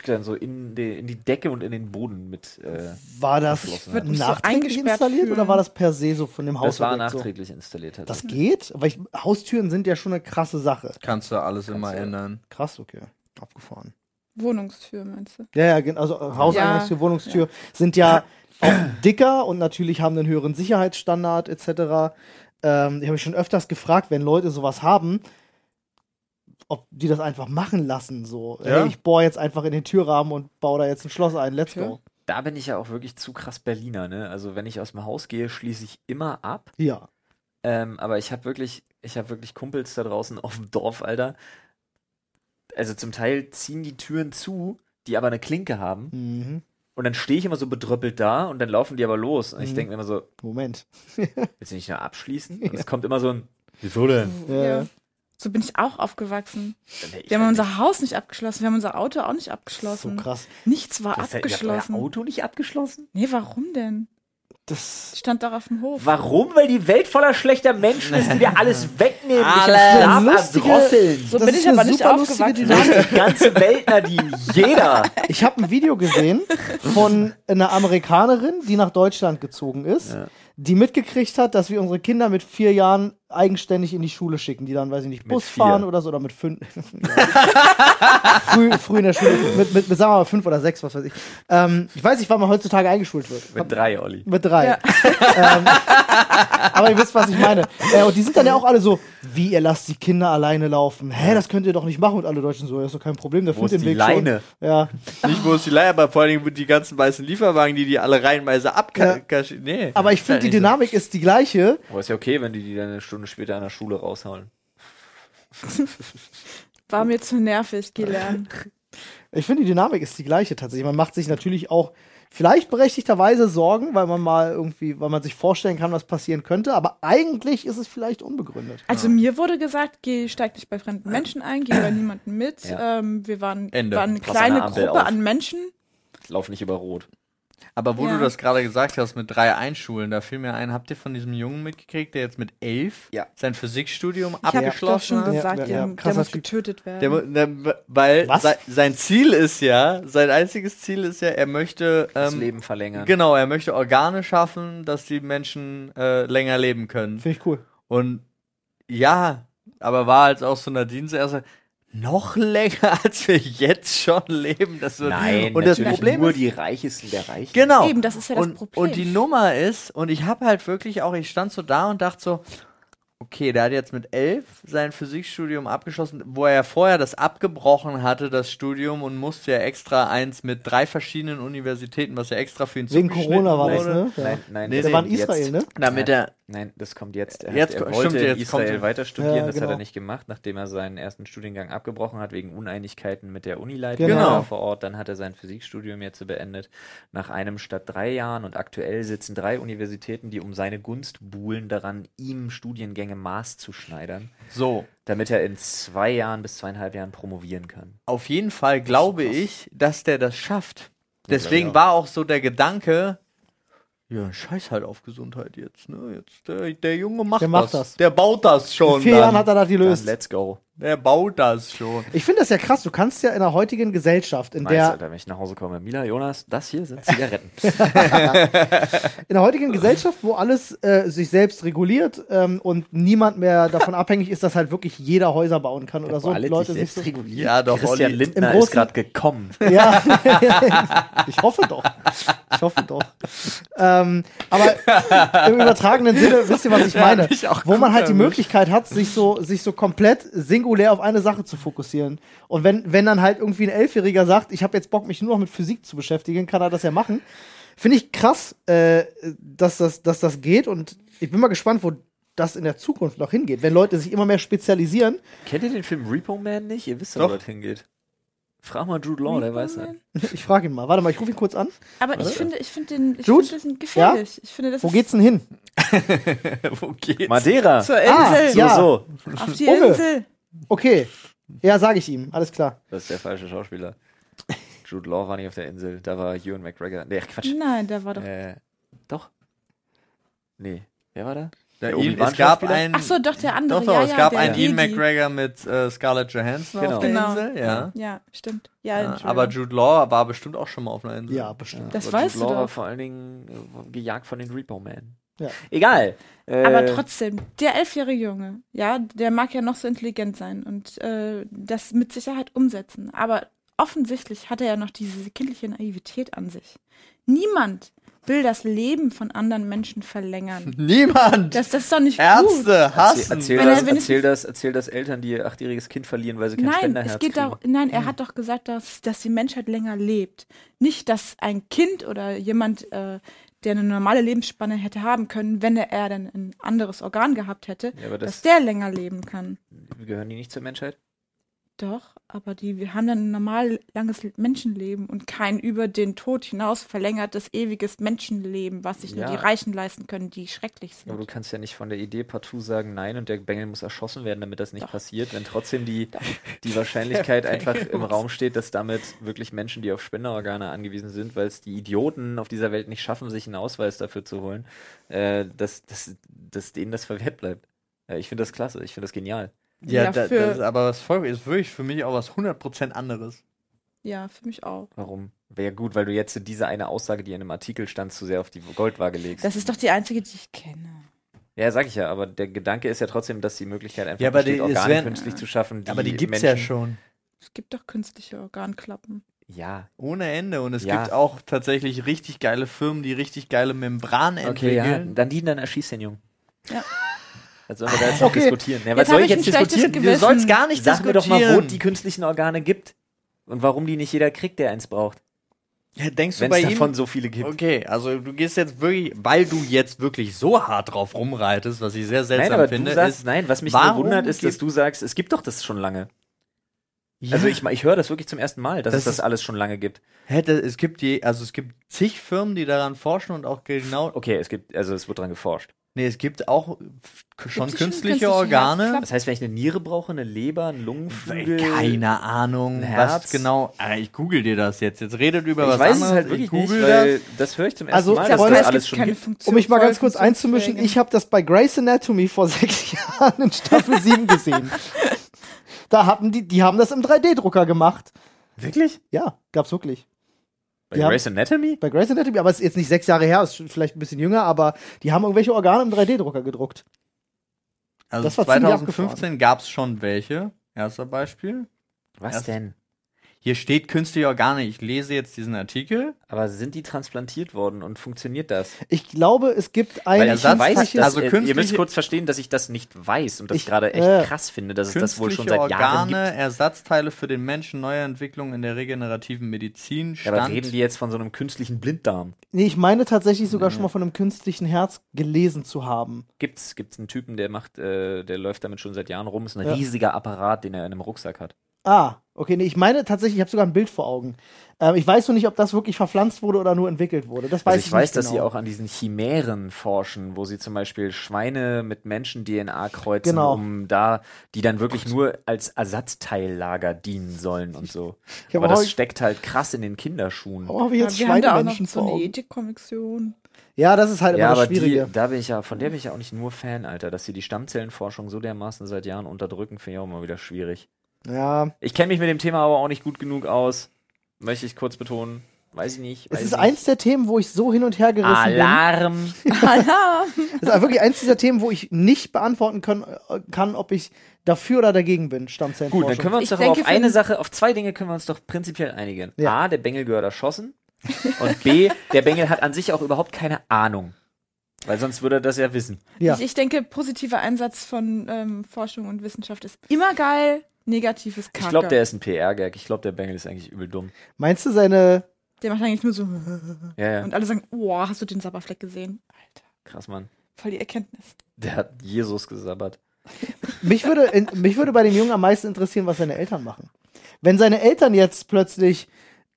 B: dann so in die, in die Decke und in den Boden mit. Äh,
A: War das
B: Verschlossen,
D: würd mich so
A: nachträglich
D: eingesperrt
A: installiert
D: fühlen.
A: oder war das per se so von dem Haus?
B: das war
A: direkt so?
B: nachträglich installiert. tatsächlich.
A: Das geht? Weil ich, Haustüren sind ja schon eine krasse Sache.
E: Kannst du alles immer
B: du-
E: ändern.
A: Krass, okay. Abgefahren.
D: Wohnungstür, meinst du?
A: Ja, ja, gen- also äh, Hauseingangstür, Wohnungstür sind ja auch dicker und natürlich haben einen höheren Sicherheitsstandard etc. Ähm, ich habe mich schon öfters gefragt, wenn Leute sowas haben, ob die das einfach machen lassen. So,
E: Ja.
A: hey, ich bohre jetzt einfach in den Türrahmen und baue da jetzt ein Schloss ein. Let's
D: Okay.
A: go.
B: Da bin ich ja auch wirklich zu krass Berliner, ne? Also wenn ich aus dem Haus gehe, schließe ich immer ab.
A: Ja.
B: Ähm, aber ich habe wirklich, ich habe wirklich Kumpels da draußen auf dem Dorf, Alter. Also zum Teil ziehen die Türen zu, die aber eine Klinke
D: Hm.
B: haben.
A: Mhm.
B: Und dann stehe ich immer so bedröppelt da und dann laufen die aber los. Und ich
D: Hm.
A: Mhm.
B: denke mir immer so,
A: Moment.
B: willst du nicht nur abschließen? Und es kommt immer so ein, wieso denn?
A: Ja.
D: So bin ich auch aufgewachsen.
B: Dann denk ich
D: Wir haben
B: halt
D: unser Haus nicht abgeschlossen, wir haben unser Auto auch nicht abgeschlossen.
A: So krass.
D: Nichts war
B: nicht, das- Ihr habt
D: abgeschlossen.
B: euer Auto nicht abgeschlossen?
D: nee, warum denn?
A: Das
D: Ich stand doch auf dem Hof.
B: Warum? Weil die Welt voller schlechter Menschen ist, die dir alles wegnehmen,
E: Alles.
B: dich am Schlaf
A: Lustige-
B: erdrosseln.
D: so
A: das
D: bin
A: ist
D: ich
A: eine
D: aber nicht
A: super lustige
D: aufgewachsen.
A: Dynamik.
B: Die ganze Welt, Nadine. Jeder.
A: Ich habe ein Video gesehen von einer Amerikanerin, die nach Deutschland gezogen ist,
B: Ja.
A: die mitgekriegt hat, dass wir unsere Kinder mit vier Jahren eigenständig in die Schule schicken, die dann, weiß ich nicht,
B: Mit
A: Bus
B: vier.
A: fahren oder so, oder mit fünf. Ja. früh, früh in der Schule, mit, mit, mit, sagen wir mal, fünf oder sechs, was weiß ich. Ähm, ich weiß nicht, wann man heutzutage eingeschult wird.
B: Mit drei, Olli.
A: Mit drei. ähm, aber ihr wisst, was ich meine. Äh, und die sind dann ja auch alle so, wie ihr lasst die Kinder alleine laufen. Hä, das könnt ihr doch nicht machen. Und alle Deutschen so, ja, ist doch kein Problem, der
B: Wo
A: findet
B: ist
A: den Weg
B: die Leine?
A: schon. Ja,
E: Nicht bloß die Leier, aber vor allem die ganzen weißen Lieferwagen, die die alle reihenweise abkaschieren. Nee.
A: Aber ich finde, die Dynamik ist die gleiche.
B: Aber ist ja okay, wenn die die dann eine Stunde später an der Schule raushauen.
D: War mir zu nervig, geh lernen.
A: Ich finde, die Dynamik ist die gleiche tatsächlich. Man macht sich natürlich auch vielleicht berechtigterweise Sorgen, weil man mal irgendwie, weil man sich vorstellen kann, was passieren könnte. Aber eigentlich ist es vielleicht unbegründet.
D: Also mir wurde gesagt, geh, steig nicht bei fremden Menschen ein, geh bei niemandem mit.
B: Ja.
D: Ähm, wir waren,
E: Ende.
D: waren eine
B: Pass an
D: kleine
B: der Ampel
D: Gruppe
B: auf.
D: an Menschen.
B: Lauf nicht über Rot.
E: Aber wo
D: Ja.
E: du das gerade gesagt hast mit drei Einschulen, da fiel mir ein, habt ihr von diesem Jungen mitgekriegt, der jetzt mit elf
B: Ja.
E: sein Physikstudium
D: Ich habe doch
E: abgeschlossen
D: schon
E: hat?
A: Ja,
D: gesagt,
A: ja,
D: der-
A: ja.
D: der
A: Krasser
D: muss
A: Typ.
D: getötet werden.
E: Der, mu- na, weil
A: Was?
E: Sein, sein Ziel ist ja, sein einziges Ziel ist ja, er möchte
B: das
E: ähm,
B: Leben verlängern.
E: Genau, er möchte Organe schaffen, dass die Menschen äh, länger leben können.
A: Finde ich cool.
E: Und ja, aber war halt auch so Nadine zuerst so, noch länger, als wir jetzt schon leben. Das wird
B: Nein,
E: und das
B: natürlich
E: Problem
B: nur
E: ist,
B: die Reichesten der Reichen.
E: genau.
D: Eben, das ist ja das
E: und,
D: Problem.
E: Und die Nummer ist, und ich habe halt wirklich auch, ich stand so da und dachte so, okay, der hat jetzt mit elf sein Physikstudium abgeschlossen, wo er ja vorher das abgebrochen hatte, das Studium, und musste ja extra eins mit drei verschiedenen Universitäten, was ja extra für ihn
A: Wegen
E: zugeschnitten
A: Corona war das,
E: wurde.
A: ne? Ja.
B: Nein, nein,
E: Nee,
B: das
E: der
A: war in
B: kommt jetzt.
A: Israel, ne?
E: Damit
B: nein,
E: er-
B: nein, das kommt jetzt. Er, jetzt
E: Jetzt
B: er
E: ko-
B: wollte
E: stimmt, jetzt
B: in Israel
E: kommt-
B: weiter studieren,
A: Ja,
B: das hat
A: genau.
B: er nicht gemacht, nachdem er seinen ersten Studiengang abgebrochen hat wegen Uneinigkeiten mit der Unileitung
A: Genau.
B: da vor Ort. Dann hat er sein Physikstudium jetzt beendet nach einem statt drei Jahren und aktuell sitzen drei Universitäten, die um seine Gunst buhlen daran, ihm Studiengänge maßzuschneidern,
E: So,
B: damit er in zwei Jahren bis zweieinhalb Jahren promovieren kann.
E: auf jeden Fall glaube ich, dass der das schafft. Deswegen
B: ja.
E: war auch so der Gedanke, ja, scheiß halt auf Gesundheit jetzt, ne? Jetzt, der, der Junge macht,
A: Der macht
E: das.
A: das.
E: Der baut das schon.
A: In vier
E: dann.
A: Jahren hat er das
B: Dann
A: gelöst.
B: let's go.
E: der baut das schon.
A: Ich finde das ja krass. Du kannst ja in der heutigen Gesellschaft, in
B: Meinst du,
A: der,
B: Alter, wenn ich nach Hause komme, Mila, Jonas, das hier sind Zigaretten.
A: in der heutigen Gesellschaft, wo alles äh, sich selbst reguliert ähm, und niemand mehr davon abhängig ist, dass halt wirklich jeder Häuser bauen kann oder
B: Wo
A: so. und
B: alle sich
A: Leute sich
B: selbst
A: so,
B: regulieren.
E: Ja, doch,
B: Christian
E: Olli,
B: Lindner
A: im
B: ist
A: Großen-
B: gerade gekommen.
A: Ja, ich hoffe doch. Ich hoffe doch. Ähm, aber im übertragenen Sinne, wisst ihr, was ich meine?
E: hab ich auch
A: Wo man
E: gut
A: halt die
E: erwischt.
A: Möglichkeit hat, sich so, sich so komplett singulär auf eine Sache zu fokussieren. Und wenn, wenn dann halt irgendwie ein Elfjähriger sagt, ich habe jetzt Bock, mich nur noch mit Physik zu beschäftigen, kann er das ja machen. Finde ich krass, äh, dass, das, dass das geht. Und ich bin mal gespannt, wo das in der Zukunft noch hingeht. Wenn Leute sich immer mehr spezialisieren,
B: Kennt ihr den Film Repo Man nicht? Ihr wisst
E: Doch.
B: doch, wo das hingeht. Frag mal Jude Law, der weiß das.
A: ich frage ihn mal. Warte mal, ich rufe ihn kurz an.
D: Aber ich finde, ich finde den, ich
A: Jude?
D: finde das gefährlich. Ich finde, das
A: Wo
D: ist
A: geht's denn hin?
E: Wo geht's?
B: Madeira!
D: zur
A: Ah,
D: Insel.
A: ja.
B: So,
D: Auf die
A: Umme.
D: Insel.
A: Okay. Ja, sage ich ihm. Alles klar.
B: das ist der falsche Schauspieler. Jude Law war nicht auf der Insel, da war Ewan McGregor. Nee, Quatsch.
D: Nein, da war doch.
B: Äh, doch? Nee, wer war da?
E: Da,
B: Der
E: ihn, es
B: Obi-Wan
E: gab
B: Schauspieler?
E: einen,
D: Ach so, doch der andere.
E: doch, doch,
D: ja,
E: es
D: ja,
E: gab
D: der
E: einen Ian
D: Didi.
E: McGregor mit äh, Scarlett Johansson
B: Genau.
E: auf der
D: Genau.
E: Insel, ja.
D: Ja, stimmt. Ja,
E: ja.
D: Entschuldigung.
E: Aber Jude Law war bestimmt auch schon mal auf einer Insel.
A: Ja, bestimmt.
D: das
B: Aber
D: weißt
B: Jude
D: du
B: Law war
D: doch.
B: vor allen Dingen äh, gejagt von den Repo Man.
A: Ja.
B: Egal. Äh,
D: Aber trotzdem, der elfjährige Junge, ja, der mag ja noch so intelligent sein und äh, das mit Sicherheit umsetzen. Aber offensichtlich hat er ja noch diese kindliche Naivität an sich. Niemand will das Leben von anderen Menschen verlängern.
E: Niemand!
D: Das, das ist doch nicht gut.
E: Ärzte
B: Erzähl,
E: hassen!
B: erzähl,
D: Wenn er
B: das,
D: wenigstens-
B: erzähl, das, erzähl das Eltern, die ihr achtjähriges Kind verlieren, weil sie kein
D: Nein,
B: Spenderherz
D: es geht
B: kriegen. Mhm.
D: darum, nein, er hat doch gesagt, dass, dass die Menschheit länger lebt. Nicht, dass ein Kind oder jemand, äh, der eine normale Lebensspanne hätte haben können, wenn er dann ein anderes Organ gehabt hätte,
B: Ja, aber
D: dass
B: das,
D: der länger leben kann.
B: gehören die nicht zur Menschheit?
D: Doch, aber die wir haben dann ein normal langes Menschenleben und kein über den Tod hinaus verlängertes ewiges Menschenleben, was sich
B: Ja.
D: nur die Reichen leisten können, die schrecklich
B: Ja, Aber du
D: sind.
B: kannst ja nicht von der Idee partout sagen, nein, und der Bengel muss erschossen werden, damit das nicht
D: Doch.
B: passiert, wenn trotzdem die, die Wahrscheinlichkeit einfach im Raum steht, dass damit wirklich Menschen, die auf Spenderorgane angewiesen sind, weil es die Idioten auf dieser Welt nicht schaffen, sich einen Ausweis dafür zu holen, äh, dass, dass, dass denen das verwehrt bleibt. Äh, ich finde das klasse, ich finde das genial.
E: Ja,
D: Ja,
E: da,
D: für-
E: das ist aber was voll, ist wirklich für mich auch was 100% anderes.
D: Ja, für mich auch.
B: Warum? Wäre gut, weil du jetzt diese eine Aussage, die in einem Artikel stand, zu sehr auf die Goldwaage legst.
D: Das ist doch die einzige, die ich kenne.
B: ja, sag ich ja, aber der Gedanke ist ja trotzdem, dass die Möglichkeit einfach
E: Ja, aber
B: besteht,
E: die- es
B: Organe
E: wären-
B: künstlich zu schaffen. Die
E: aber die gibt's
B: Menschen,
E: ja schon.
D: Es gibt doch künstliche Organklappen.
B: Ja,
E: Ohne Ende. Und es
B: Ja.
E: gibt auch tatsächlich richtig geile Firmen, die richtig geile Membran
B: Okay, ja,
E: entwickeln.
B: dann die, dann erschießt den Jungen.
D: Ja.
B: Was sollen wir da jetzt noch
A: Okay.
B: diskutieren? Ja, was
D: Jetzt
B: soll
D: hab
B: ich
D: ich
B: jetzt
D: ein schlechtes
B: diskutieren?
D: Gewissen.
E: Du sollst gar nicht
B: Sag mir doch
E: diskutieren.
B: mal, wo es die künstlichen Organe gibt und warum die nicht jeder kriegt, der eins braucht.
E: ja, denkst du
B: Wenn
E: bei
B: es
E: ihm?
B: davon so viele gibt.
E: okay, also du gehst jetzt wirklich, weil du jetzt wirklich so hart drauf rumreitest, was ich sehr seltsam
B: Nein, aber
E: finde,
B: du sagst,
E: ist.
B: nein, was mich
E: warum
B: nur wundert, ist, dass
E: gibt-
B: du sagst, es gibt doch das schon lange.
E: Ja,
B: Also ich, ich höre das wirklich zum ersten Mal, dass
E: Das
B: es das
E: ist-
B: alles schon lange gibt.
E: hätte, es gibt je, also es gibt zig Firmen, die daran forschen und auch genau.
B: Okay, es gibt, also es wird dran geforscht.
E: Nee, es gibt auch schon
D: es schon künstliche
E: künstliche Organe.
D: Herzklappen?
B: Das heißt, wenn ich eine Niere brauche, eine Leber, einen Lungenflügel.
E: Keine Ahnung,
B: Herz.
E: was genau. Ah, ich google dir das jetzt. Jetzt redet über
B: Ich
E: was
B: weiß
E: anderes.
B: es halt wirklich
E: ich
B: nicht,
E: google
B: weil das, höre ich zum ersten
A: Also,
B: Mal,
A: ich
B: dass
A: glaub,
B: das
A: es
B: alles schon gibt.
A: Um mich mal ganz kurz einzumischen, ich habe das bei Grey's Anatomy vor sechs Jahren in Staffel 7 gesehen. Da hatten die, die haben das im 3D-Drucker gemacht.
B: Wirklich?
A: Ja, gab's wirklich.
B: Bei
A: Ja.
B: Grey's Anatomy?
A: Bei Grey's Anatomy, aber es ist jetzt nicht sechs Jahre her, ist schon vielleicht ein bisschen jünger, aber die haben irgendwelche Organe im 3D-Drucker gedruckt.
E: Also
A: Das war ziemlich
E: 2015 gab es schon welche. Erster Beispiel.
B: Was
E: Erst-
B: denn?
E: Hier steht künstliche Organe. Ich lese jetzt diesen Artikel.
B: Aber sind die transplantiert worden und funktioniert das?
A: Ich glaube, es gibt ein
B: Weil ich
E: Ersatz-
B: weiß, dass,
E: also
B: also ihr
E: künstliche-
B: müsst kurz verstehen, dass ich das nicht weiß und das
A: Ich-
B: gerade echt
A: äh,
B: krass finde, dass es das wohl schon seit
E: Künstliche
B: Jahren
E: Organe,
B: gibt.
E: Ersatzteile für den Menschen, neue Entwicklungen in der regenerativen Medizin.
B: Ja,
E: Stand.
B: aber reden die jetzt von so einem künstlichen Blinddarm?
A: Nee, ich meine tatsächlich sogar schon mal von einem künstlichen Herz gelesen zu haben.
B: Gibt's, gibt's einen Typen, der macht, äh, der läuft damit schon seit Jahren rum, ist ein
A: Ja.
B: riesiger Apparat, den er in einem Rucksack hat.
A: Ah, okay, nee, ich meine tatsächlich, ich habe sogar ein Bild vor Augen. Ähm, ich weiß nur nicht, ob das wirklich verpflanzt wurde oder nur entwickelt wurde. Das weiß
B: also
A: ich,
B: ich weiß,
A: nicht
B: dass
A: genau.
B: sie auch an diesen Chimären forschen, wo sie zum Beispiel Schweine mit Menschen-DNA kreuzen,
A: Genau.
B: um da, die dann wirklich nur als Ersatzteillager dienen sollen und so.
A: Ich hab
B: Aber
A: auch-
B: das steckt halt krass in den Kinderschuhen.
A: Oh, habe ich
D: jetzt
A: jetzt
D: ja, wir haben da auch noch
A: Schweinemenschen
D: so
A: vor
D: eine
A: Augen.
D: Ethikkommission.
A: Ja, das ist halt
B: ja,
A: immer
B: aber
A: das
B: die,
A: Schwierige.
B: da bin ich ja, von der bin ich ja auch nicht nur Fan, Alter, dass sie die Stammzellenforschung so dermaßen seit Jahren unterdrücken, finde ich auch immer wieder schwierig.
A: ja,
B: Ich kenne mich mit dem Thema aber auch nicht gut genug aus, möchte ich kurz betonen. Weiß ich nicht.
A: es
B: weiß
A: ist
B: ich
A: eins der Themen, wo ich so hin und her
B: nicht.
A: gerissen
B: Alarm.
D: Alarm!
A: bin. Das ist wirklich eins dieser Themen, wo ich nicht beantworten können, äh, kann, ob ich dafür oder dagegen bin,
B: Gut,
A: Stammzellenforschung.
B: dann können wir uns
D: Ich
B: doch aber
D: denke,
B: auf eine
D: für-
B: Sache, auf zwei Dinge können wir uns doch prinzipiell einigen.
A: Ja.
B: A, der Bengel gehört erschossen. und B, der Bengel hat an sich auch überhaupt keine Ahnung. Weil sonst würde er das ja wissen.
A: Ja.
D: Ich, ich denke, positiver Einsatz von ähm, Forschung und Wissenschaft ist immer geil, negatives Kacke.
B: Ich glaube, der ist ein PR-Gag. Ich glaube, der Bengel ist eigentlich übel dumm.
A: Meinst du seine.
D: Der macht eigentlich nur so.
B: Ja, ja.
D: Und alle sagen, oh, hast du den Sabberfleck gesehen? Alter,
B: Krass, Mann.
D: voll die Erkenntnis.
B: Der hat Jesus gesabbert.
A: Mich würde, in, mich würde bei dem Jungen am meisten interessieren, was seine Eltern machen. Wenn seine Eltern jetzt plötzlich,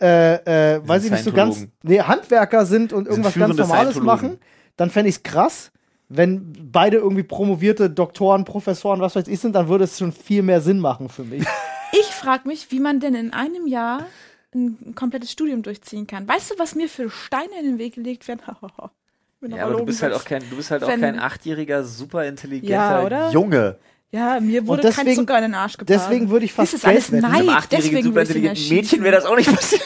A: äh, äh, weiß ich nicht so ganz,
B: Scientologen.
A: nee, Handwerker sind und irgendwas ganz
B: führende
A: Normales
B: Scientologen.
A: machen, dann fände ich es krass. Wenn beide irgendwie promovierte Doktoren, Professoren, was weiß ich sind, dann würde es schon viel mehr Sinn machen für mich.
D: Ich frage mich, wie man denn in einem Jahr ein komplettes Studium durchziehen kann. Weißt du, was mir für Steine in den Weg gelegt werden? Wenn
B: Ja, aber du bist halt auch kein, du bist halt auch
D: Wenn-
B: kein achtjähriger, super intelligenter
D: Ja, oder?
B: Junge.
D: ja, mir wurde
A: Und deswegen-
D: kein Zucker in den Arsch gepackt.
A: deswegen würde ich fast
D: Das ist alles
A: Geld wetten.
D: Neid.
B: Einem
D: Deswegen
B: achtjährigen, super
D: würde ich ihn
B: intelligenten
D: erschießen.
B: Mädchen wäre das auch nicht passiert.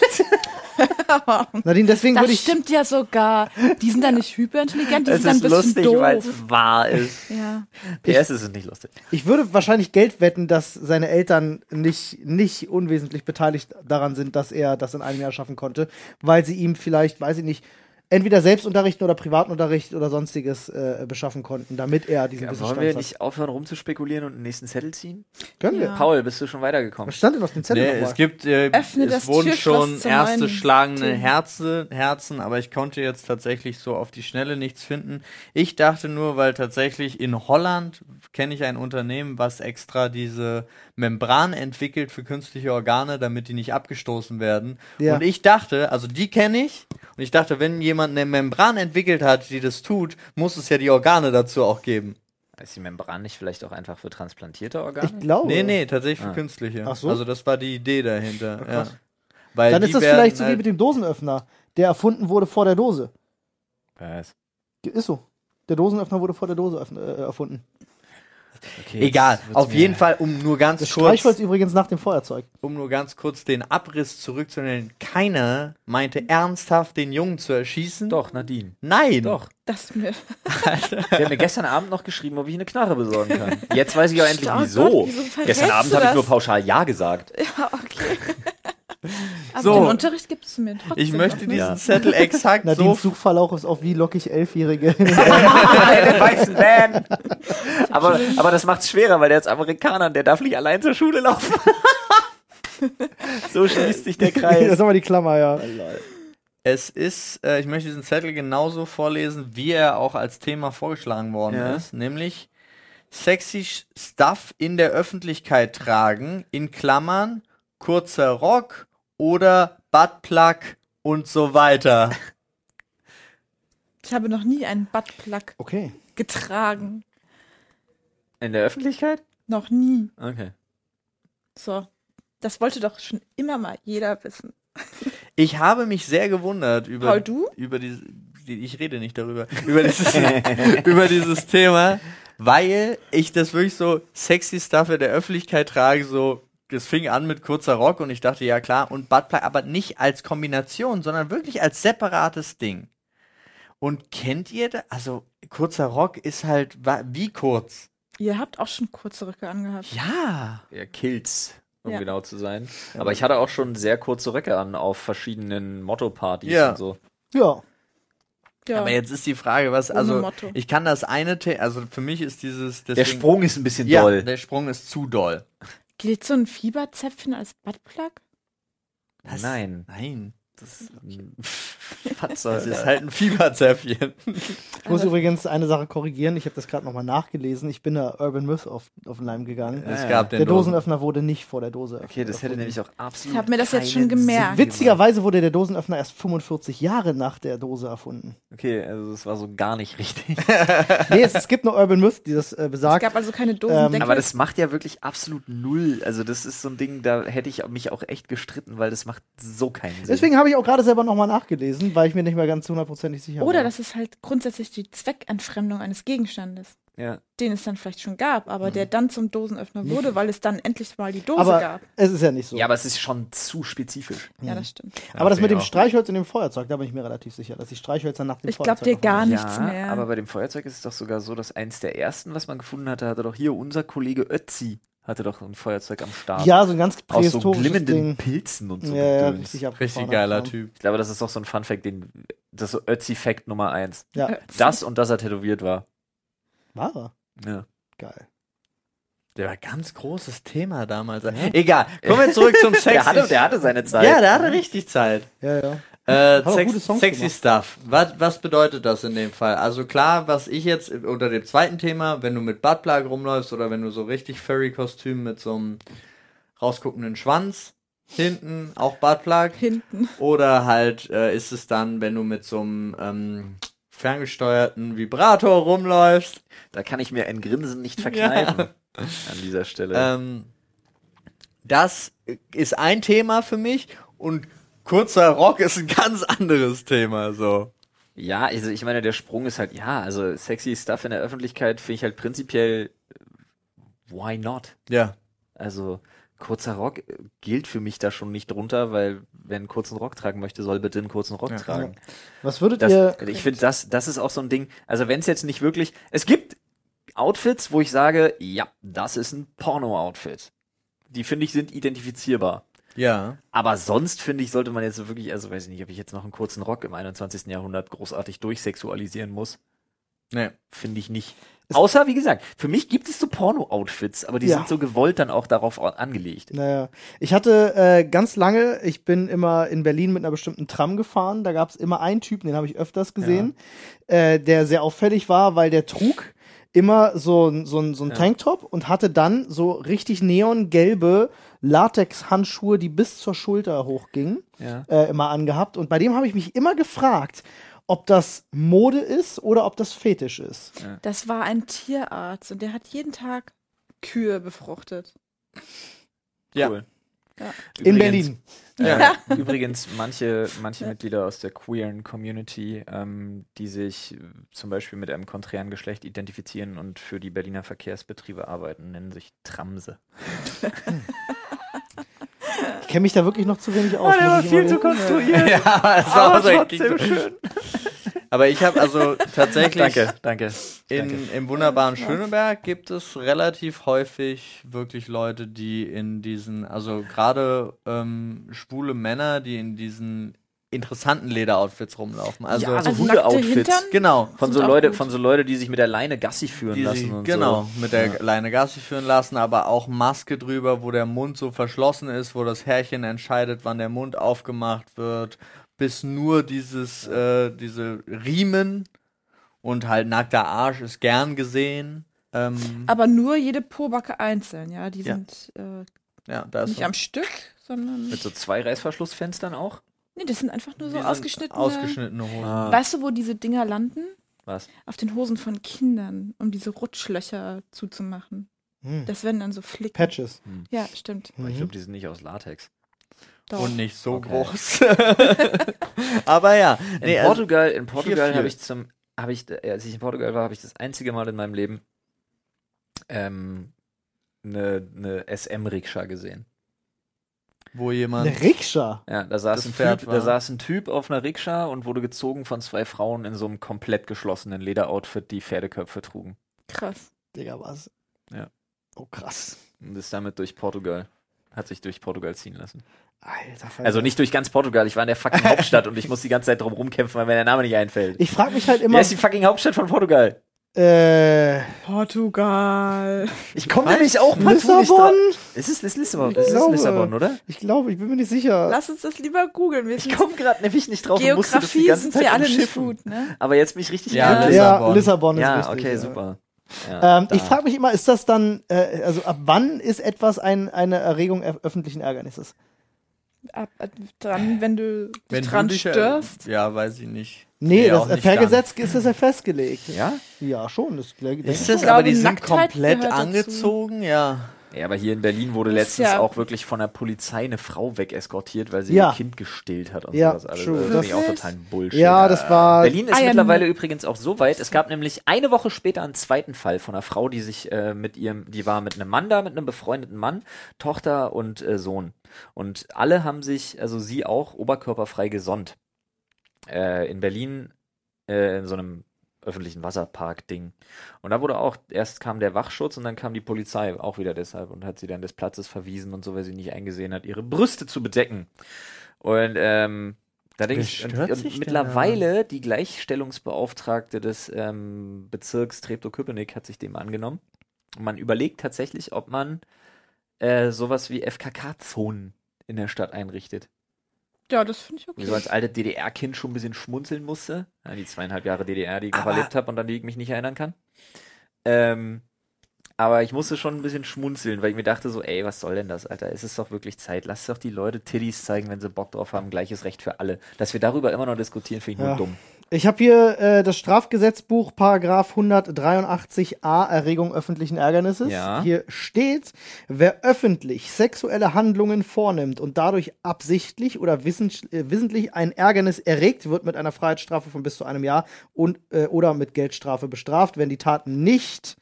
A: Nadine, deswegen würde
D: Das
A: ich.
D: stimmt ja sogar. Die sind dann nicht hyperintelligent, die
B: Es
D: sind dann ein
B: ist
D: bisschen
B: lustig,
D: doof.
B: weil es wahr ist.
D: ja.
B: PS ist es nicht lustig.
A: Ich würde wahrscheinlich Geld wetten, dass seine Eltern nicht, nicht unwesentlich beteiligt daran sind, dass er das in einem Jahr schaffen konnte, weil sie ihm vielleicht, weiß ich nicht, entweder Selbstunterricht oder Privatunterricht oder sonstiges äh, beschaffen konnten, damit er diesen
B: Ja, wollen wir
A: Wissensstand hat.
B: nicht aufhören rumzuspekulieren und den nächsten Zettel ziehen?
A: Können
D: Ja.
A: wir.
B: Paul, bist du schon weitergekommen?
A: Was stand denn auf dem Zettel
E: Nee,
A: nochmal?
E: es gibt, äh,
D: Öffne
E: es
D: das
E: wurden
D: Türschloss
E: schon
D: zum
E: erste
D: neuen
E: schlagende
D: Thema.
E: Herze, Herzen, aber ich konnte jetzt tatsächlich so auf die Schnelle nichts finden. Ich dachte nur, weil tatsächlich in Holland kenne ich ein Unternehmen, was extra diese Membran entwickelt für künstliche Organe, damit die nicht abgestoßen werden.
A: Ja.
E: Und ich dachte, also die kenne ich. Und ich dachte, wenn jemand eine Membran entwickelt hat, die das tut, muss es ja die Organe dazu auch geben.
B: Ist die Membran nicht vielleicht auch einfach für transplantierte
A: ich
B: Organe?
A: glaube.
E: Nee, nee, tatsächlich für
B: Ah.
E: künstliche.
A: Oh. Ach so.
E: Also das war die Idee dahinter. ja.
A: krass.
E: Weil
A: Dann
E: die
A: ist das
E: werden
A: vielleicht so wie
E: halt-
A: mit dem Dosenöffner, der erfunden wurde vor der Dose.
B: Was?
A: Ist so. Der Dosenöffner wurde vor der Dose öffn- äh, erfunden.
B: Okay, jetzt
E: Egal,
B: wird's
E: auf
B: mir-
E: jeden Fall, um nur ganz
A: Das
E: kurz,
A: Streichholz übrigens nach dem Feuerzeug.
E: um nur ganz kurz den Abriss zurückzunehmen. Keiner meinte ernsthaft, den Jungen zu erschießen.
B: Doch, Nadine.
D: Mhm.
E: Nein.
B: Doch.
D: Das mir.
B: Der hat mir gestern Abend noch geschrieben, ob ich eine Knarre besorgen kann. Jetzt weiß ich auch endlich,
D: Oh
B: wieso.
D: Gott, wieso verrätst
B: gestern
D: du
B: Abend habe ich
D: das?
B: nur pauschal Ja gesagt.
D: Ja, okay. Aber
E: So.
D: den Unterricht gibst du mir trotzdem.
E: Ich möchte
D: noch, ne?
E: diesen Zettel exakt
A: Nadines
E: so.
A: Suchverlauf ist auch wie lockig Elfjährige.
B: Einen weißen Van. Aber, aber das macht's schwerer, weil der ist Amerikaner und der darf nicht allein zur Schule laufen. so schließt sich der
A: das
B: Kreis.
A: ist aber die Klammer, ja.
E: Es ist, äh, ich möchte diesen Zettel genauso vorlesen, wie er auch als Thema vorgeschlagen worden
B: Ja.
E: ist, nämlich sexy Sch- Stuff in der Öffentlichkeit tragen, in Klammern, kurzer Rock oder Buttplug und so weiter.
D: Ich habe noch nie einen Buttplug
A: Okay.
D: getragen.
B: In der Öffentlichkeit?
D: Noch nie.
B: Okay.
D: So. Das wollte doch schon immer mal jeder wissen.
E: Ich habe mich sehr gewundert über
D: Paul, du?
E: über dieses ich rede nicht darüber über dieses über dieses Thema, weil ich das wirklich so sexy Stuff in der Öffentlichkeit trage so das fing an mit kurzer Rock und ich dachte ja klar und Buttplug aber nicht als Kombination, sondern wirklich als separates Ding. Und kennt ihr da also kurzer Rock ist halt wa- wie kurz?
D: Ihr habt auch schon kurze Röcke angehabt.
E: Ja.
B: Ja, Kills, um
D: Ja.
B: genau zu sein. Aber ich hatte auch schon sehr kurze Röcke an auf verschiedenen Motto-Partys
E: Ja.
B: und so.
A: Ja.
D: Ja.
E: Aber jetzt ist die Frage, was
D: Ohne
E: also
D: Motto.
E: ich kann das eine The- also für mich ist dieses
B: Der
E: deswegen-
B: Sprung ist ein bisschen
E: ja,
B: doll.
E: der Sprung ist zu doll.
D: Gilt so ein Fieberzäpfchen als Buttplug?
E: Was?
B: Nein.
E: Nein.
B: Das,
E: Was soll das ist halt ein Fieberzäpfchen.
A: Ich
D: Also-
A: muss übrigens eine Sache korrigieren. Ich habe das gerade nochmal nachgelesen. Ich bin da Urban Myth auf, auf den Leim gegangen.
E: Es
B: ja.
E: gab den
A: der Dosenöffner wurde nicht vor der Dose.
B: okay, das hätte
A: erfunden.
B: nämlich auch absolut.
D: Ich hab mir das jetzt
B: keinen
D: schon gemerkt.
B: Sinn gemacht.
A: Witzigerweise wurde der Dosenöffner erst 45 Jahre nach der Dose erfunden.
B: Okay, also das war so gar nicht richtig.
A: Nee, es, es gibt eine Urban Myth, die das äh,
D: Es
A: besagt.
D: gab also keine
A: ähm,
D: Dosendeckel.
B: Aber das macht ja wirklich absolut null. Also das ist so ein Ding, da hätte ich mich auch echt gestritten, weil das macht so keinen Sinn.
A: Deswegen habe ich auch gerade selber nochmal nachgelesen, weil ich mir nicht mehr ganz hundertprozentig sicher
D: Oder
A: war.
D: das ist halt grundsätzlich die Zweckentfremdung eines Gegenstandes,
B: ja.
D: den es dann vielleicht schon gab, aber der dann zum Dosenöffner wurde, weil es dann endlich mal die Dose
A: aber
D: gab.
A: es ist ja nicht so. Hm.
B: ja, aber es ist schon zu spezifisch.
D: Ja, das stimmt.
A: aber das
E: Ja,
A: mit dem
E: auch.
A: Streichholz und dem Feuerzeug, da bin ich mir relativ sicher, dass die Streichhölzer nach dem
D: Ich
A: Feuerzeug.
D: glaub dir
A: noch-
D: gar
B: ja,
D: nichts mehr.
B: Aber bei dem Feuerzeug ist es doch sogar so, dass eins der ersten, was man gefunden hatte, hatte doch hier unser Kollege Ötzi hatte doch ein Feuerzeug am Start.
A: Ja, so ein ganz
B: aus so
A: prähistorisches
B: glimmenden
A: Ding.
B: Pilzen und so.
A: Ja, ja,
B: Gedöns.
A: richtig abgefahren.
E: Richtig geiler Typ.
B: Ich glaube, das ist doch so ein Funfact, den das ist so Ötzi-Fact Nummer eins.
A: Ja,
B: Das und dass er tätowiert war.
A: war er.
B: Ja.
A: Geil.
E: Der war ganz großes Thema damals. Egal, kommen wir zurück zum Sexy.
B: Der hatte, der hatte seine Zeit.
E: ja, der hatte richtig Zeit.
A: Ja, ja.
E: Äh,
A: auch
E: Sex,
A: gute Songs
E: sexy
A: gemacht.
E: Stuff. Was, was bedeutet das in dem Fall? Also klar, was ich jetzt unter dem zweiten Thema, wenn du mit Buttplug rumläufst oder wenn du so richtig Furry-Kostüm mit so einem rausguckenden Schwanz hinten, auch Buttplug.
D: Hinten.
E: Oder halt äh, ist es dann, wenn du mit so einem ähm, ferngesteuerten Vibrator rumläufst.
B: Da kann ich mir ein Grinsen nicht verkneifen. An dieser Stelle.
E: Ähm, das ist ein Thema für mich und kurzer Rock ist ein ganz anderes Thema. So.
B: ja, also ich meine, der Sprung ist halt, ja, also sexy Stuff in der Öffentlichkeit finde ich halt prinzipiell, äh, why not?
E: Ja.
B: Also kurzer Rock äh, gilt für mich da schon nicht drunter, weil wer einen kurzen Rock tragen möchte, soll bitte einen kurzen Rock tragen.
A: Was würdet
B: Das,
A: ihr.
B: ich finde, das, das ist auch so ein Ding. Also wenn es jetzt nicht wirklich, es gibt Outfits, wo ich sage, ja, das ist ein Porno-Outfit. Die finde ich sind identifizierbar.
E: Ja.
B: Aber sonst finde ich, sollte man jetzt wirklich, also weiß ich nicht, ob ich jetzt noch einen kurzen Rock im 21. Jahrhundert großartig durchsexualisieren muss.
E: Nee.
B: Finde ich nicht. Außer, wie gesagt, für mich gibt es so Porno-Outfits, aber die
A: Ja.
B: sind so gewollt dann auch darauf au- angelegt.
A: Naja, ich hatte äh, ganz lange, ich bin immer in Berlin mit einer bestimmten Tram gefahren. Da gab es immer einen Typen, den habe ich öfters gesehen, äh, der sehr auffällig war, weil der trug immer so, ein- so, ein- so ein Tanktop und hatte dann so richtig neongelbe Latex-Handschuhe, die bis zur Schulter hochgingen,
B: Ja.
A: äh, immer angehabt. Und bei dem habe ich mich immer gefragt, ob das Mode ist oder ob das Fetisch ist.
D: Das war ein Tierarzt und der hat jeden Tag Kühe befruchtet.
E: Ja.
B: Cool.
D: Ja.
A: in
B: Übrigens-
A: Berlin.
B: Ja. Übrigens, manche, manche Mitglieder aus der queeren Community, ähm, die sich äh, zum Beispiel mit einem konträren Geschlecht identifizieren und für die Berliner Verkehrsbetriebe arbeiten, nennen sich Tramse.
A: Ich kenne mich da wirklich noch zu wenig
B: Ah,
A: aus. muss ich immer reden.
B: konstruiert.
E: Ja, es war so ein Krieg-
B: schön.
E: Aber ich habe also tatsächlich
B: Danke, danke. danke.
E: in, im wunderbaren Schöneberg gibt es relativ häufig wirklich Leute, die in diesen, also gerade ähm, schwule Männer, die in diesen interessanten Lederoutfits rumlaufen. Also,
B: Ja, so
D: Also
B: gute
D: nackte
B: Outfits.
D: Hintern?
E: genau.
B: Von so
D: Sind auch
B: Leute,
D: gut.
B: von so Leute, die sich mit der Leine Gassi führen
E: Die
B: lassen
E: sich,
B: und
E: genau,
B: so.
E: mit der Leine Gassi führen lassen, aber auch Maske drüber, wo der Mund so verschlossen ist, wo das Härchen entscheidet, wann der Mund aufgemacht wird, bis nur dieses, äh, diese Riemen und halt nackter Arsch ist gern gesehen. Ähm,
D: Aber nur jede Pobacke einzeln, ja. Die
E: Ja.
D: sind äh,
E: ja, da ist
D: nicht am Stück, sondern.
B: Mit so zwei Reißverschlussfenstern auch.
D: Nee, das sind einfach nur so
E: die sind
D: ausgeschnittene. Ah.
E: ausgeschnittene Hosen.
D: Weißt du, wo diese Dinger landen?
B: Was?
D: auf den Hosen von Kindern, um diese Rutschlöcher zuzumachen.
A: Hm.
D: Das werden dann so Flicken.
A: Patches.
D: Ja, stimmt.
B: Aber
E: Mhm.
B: Ich glaube, die sind nicht aus Latex.
D: Doch.
E: Und nicht so
B: Okay.
E: groß. Aber ja.
B: In
E: nee, also-
B: Portugal, in Portugal
E: viel.
B: habe ich zum, habe ich, äh, als ich in Portugal war, habe ich das einzige Mal in meinem Leben ähm, ne, eine, eine SM-Rikscha gesehen.
E: wo jemand.
A: Eine Rikscha.
B: Ja, da saß,
E: Das
B: ein
E: Pferd
B: typ,
E: war-
B: da saß ein Typ auf einer Rikscha und wurde gezogen von zwei Frauen in so einem komplett geschlossenen Lederoutfit, die Pferdeköpfe trugen.
D: Krass.
A: Digga, was?
B: Ja.
A: Oh, krass.
B: Und ist damit durch Portugal. Hat sich durch Portugal ziehen lassen.
A: Alter, Falter.
B: Also nicht durch ganz Portugal, ich war in der fucking Hauptstadt und ich muss die ganze Zeit drum rumkämpfen, weil mir der Name nicht einfällt.
A: Ich frage mich halt
B: Wer
A: immer.
B: ist die fucking Hauptstadt von Portugal?
A: äh,
D: Portugal.
B: Ich komme nämlich auch partout nicht
A: Lissabon?
B: drauf. Es ist, es ist Lissabon,
A: Ich
B: es ist
A: glaube.
B: Lissabon, oder?
A: Ich glaube, ich bin mir nicht sicher.
D: Lass uns das lieber googeln. Wir
B: Ich
D: sind
B: komme gerade nämlich nicht drauf und musste das die
D: Geografie
B: ganze
D: sind
B: Zeit
D: wir alle nicht
B: umschiffen.
D: gut, ne?
B: Aber jetzt bin ich richtig
E: Ja,
B: geblitzt.
A: ja,
E: Lissabon.
A: Lissabon ist
B: ja
A: richtig.
B: okay,
A: ja.
B: super. Ja,
A: Ähm, ich
B: da.
A: frage mich immer, ist das dann, äh, also ab wann ist etwas ein, eine Erregung öf- öffentlichen Ärgernisses?
D: Ab, ab dran, wenn du dich
E: Wenn du
D: dran
E: dich, äh,
D: störst.
E: Ja, weiß ich nicht.
A: Nee,
E: Nee,
A: das,
E: auch
A: äh,
E: nicht
A: per
E: dann.
A: Gesetz ist das ja festgelegt.
B: ja?
A: Ja, schon. Das, denk ich
E: Ist
A: schon.
E: das
D: glaube,
E: aber, die sind
D: Nacktheit
E: komplett
D: gehört dazu.
E: angezogen, ja.
B: Ja, aber hier in Berlin wurde
D: Das ist
B: letztens
D: ja-
B: auch wirklich von der Polizei eine Frau wegeskortiert, weil sie
A: Ja.
B: ihr Kind gestillt hat und
A: Ja,
B: sowas alles. Also
A: true.
B: Das,
A: Das
B: finde ich auch
D: ist-
B: total Bullshit.
A: Ja, das war.
B: Berlin ist
D: I am-
B: mittlerweile übrigens auch so weit. Es gab nämlich eine Woche später einen zweiten Fall von einer Frau, die sich äh, mit ihrem, die war mit einem Mann da, mit einem befreundeten Mann, Tochter und äh, Sohn. Und alle haben sich, also sie auch, oberkörperfrei gesonnt. Äh, in Berlin, äh, in so einem öffentlichen Wasserpark-Ding. Und da wurde auch, erst kam der Wachschutz und dann kam die Polizei, auch wieder deshalb, und hat sie dann des Platzes verwiesen und so, weil sie nicht eingesehen hat, ihre Brüste zu bedecken. Und ähm, da denke
E: Wer
B: ich, und,
E: stört sich
B: und
E: denn
B: mittlerweile die Gleichstellungsbeauftragte des ähm, Bezirks Treptow-Köpenick hat sich dem angenommen. Und man überlegt tatsächlich, ob man äh, sowas wie FKK-Zonen in der Stadt einrichtet.
D: Ja, das finde ich okay.
B: Wie so als altes DDR-Kind schon ein bisschen schmunzeln musste. Ja, die zweieinhalb Jahre DDR, die ich noch
E: Aber-
B: erlebt habe und an die ich mich nicht erinnern kann. Ähm, aber ich musste schon ein bisschen schmunzeln, weil ich mir dachte so, ey, was soll denn das, Alter? Es ist doch wirklich Zeit. Lass doch die Leute Tiddies zeigen, wenn sie Bock drauf haben. Gleiches Recht für alle. Dass wir darüber immer noch diskutieren, finde ich
A: Ja.
B: nur dumm.
A: Ich habe hier äh, das Strafgesetzbuch, Paragraph 183a, Erregung öffentlichen Ärgernisses.
B: Ja.
A: Hier steht, wer öffentlich sexuelle Handlungen vornimmt und dadurch absichtlich oder wissens- äh, wissentlich ein Ärgernis erregt, wird mit einer Freiheitsstrafe von bis zu einem Jahr und, äh, oder mit Geldstrafe bestraft, wenn die Tat nicht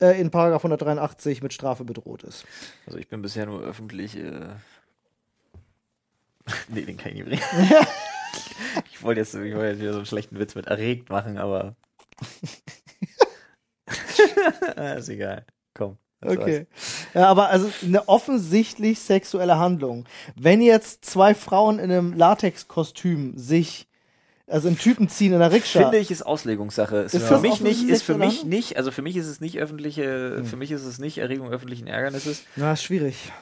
A: äh, in Paragraph 183 mit Strafe bedroht ist.
B: Also ich bin bisher nur öffentlich. Äh nee, den kann ich nicht bringen. ich wollte jetzt, ich wollte jetzt wieder so einen schlechten Witz mit erregt machen, aber. Ah, ist egal. Komm. das war's.
A: Okay. Ja, aber also eine offensichtlich sexuelle Handlung. Wenn jetzt zwei Frauen in einem Latexkostüm sich, also einen Typen ziehen in der Rikscha.
B: Finde ich, ist Auslegungssache. Ist,
A: Ist
B: für
A: das
B: mich nicht, ist für
A: offensichtlich,
B: mich
A: oder?
B: nicht, also für mich ist es nicht öffentliche, für mich ist es nicht Erregung öffentlichen Ärgernisses.
A: Na, ist schwierig.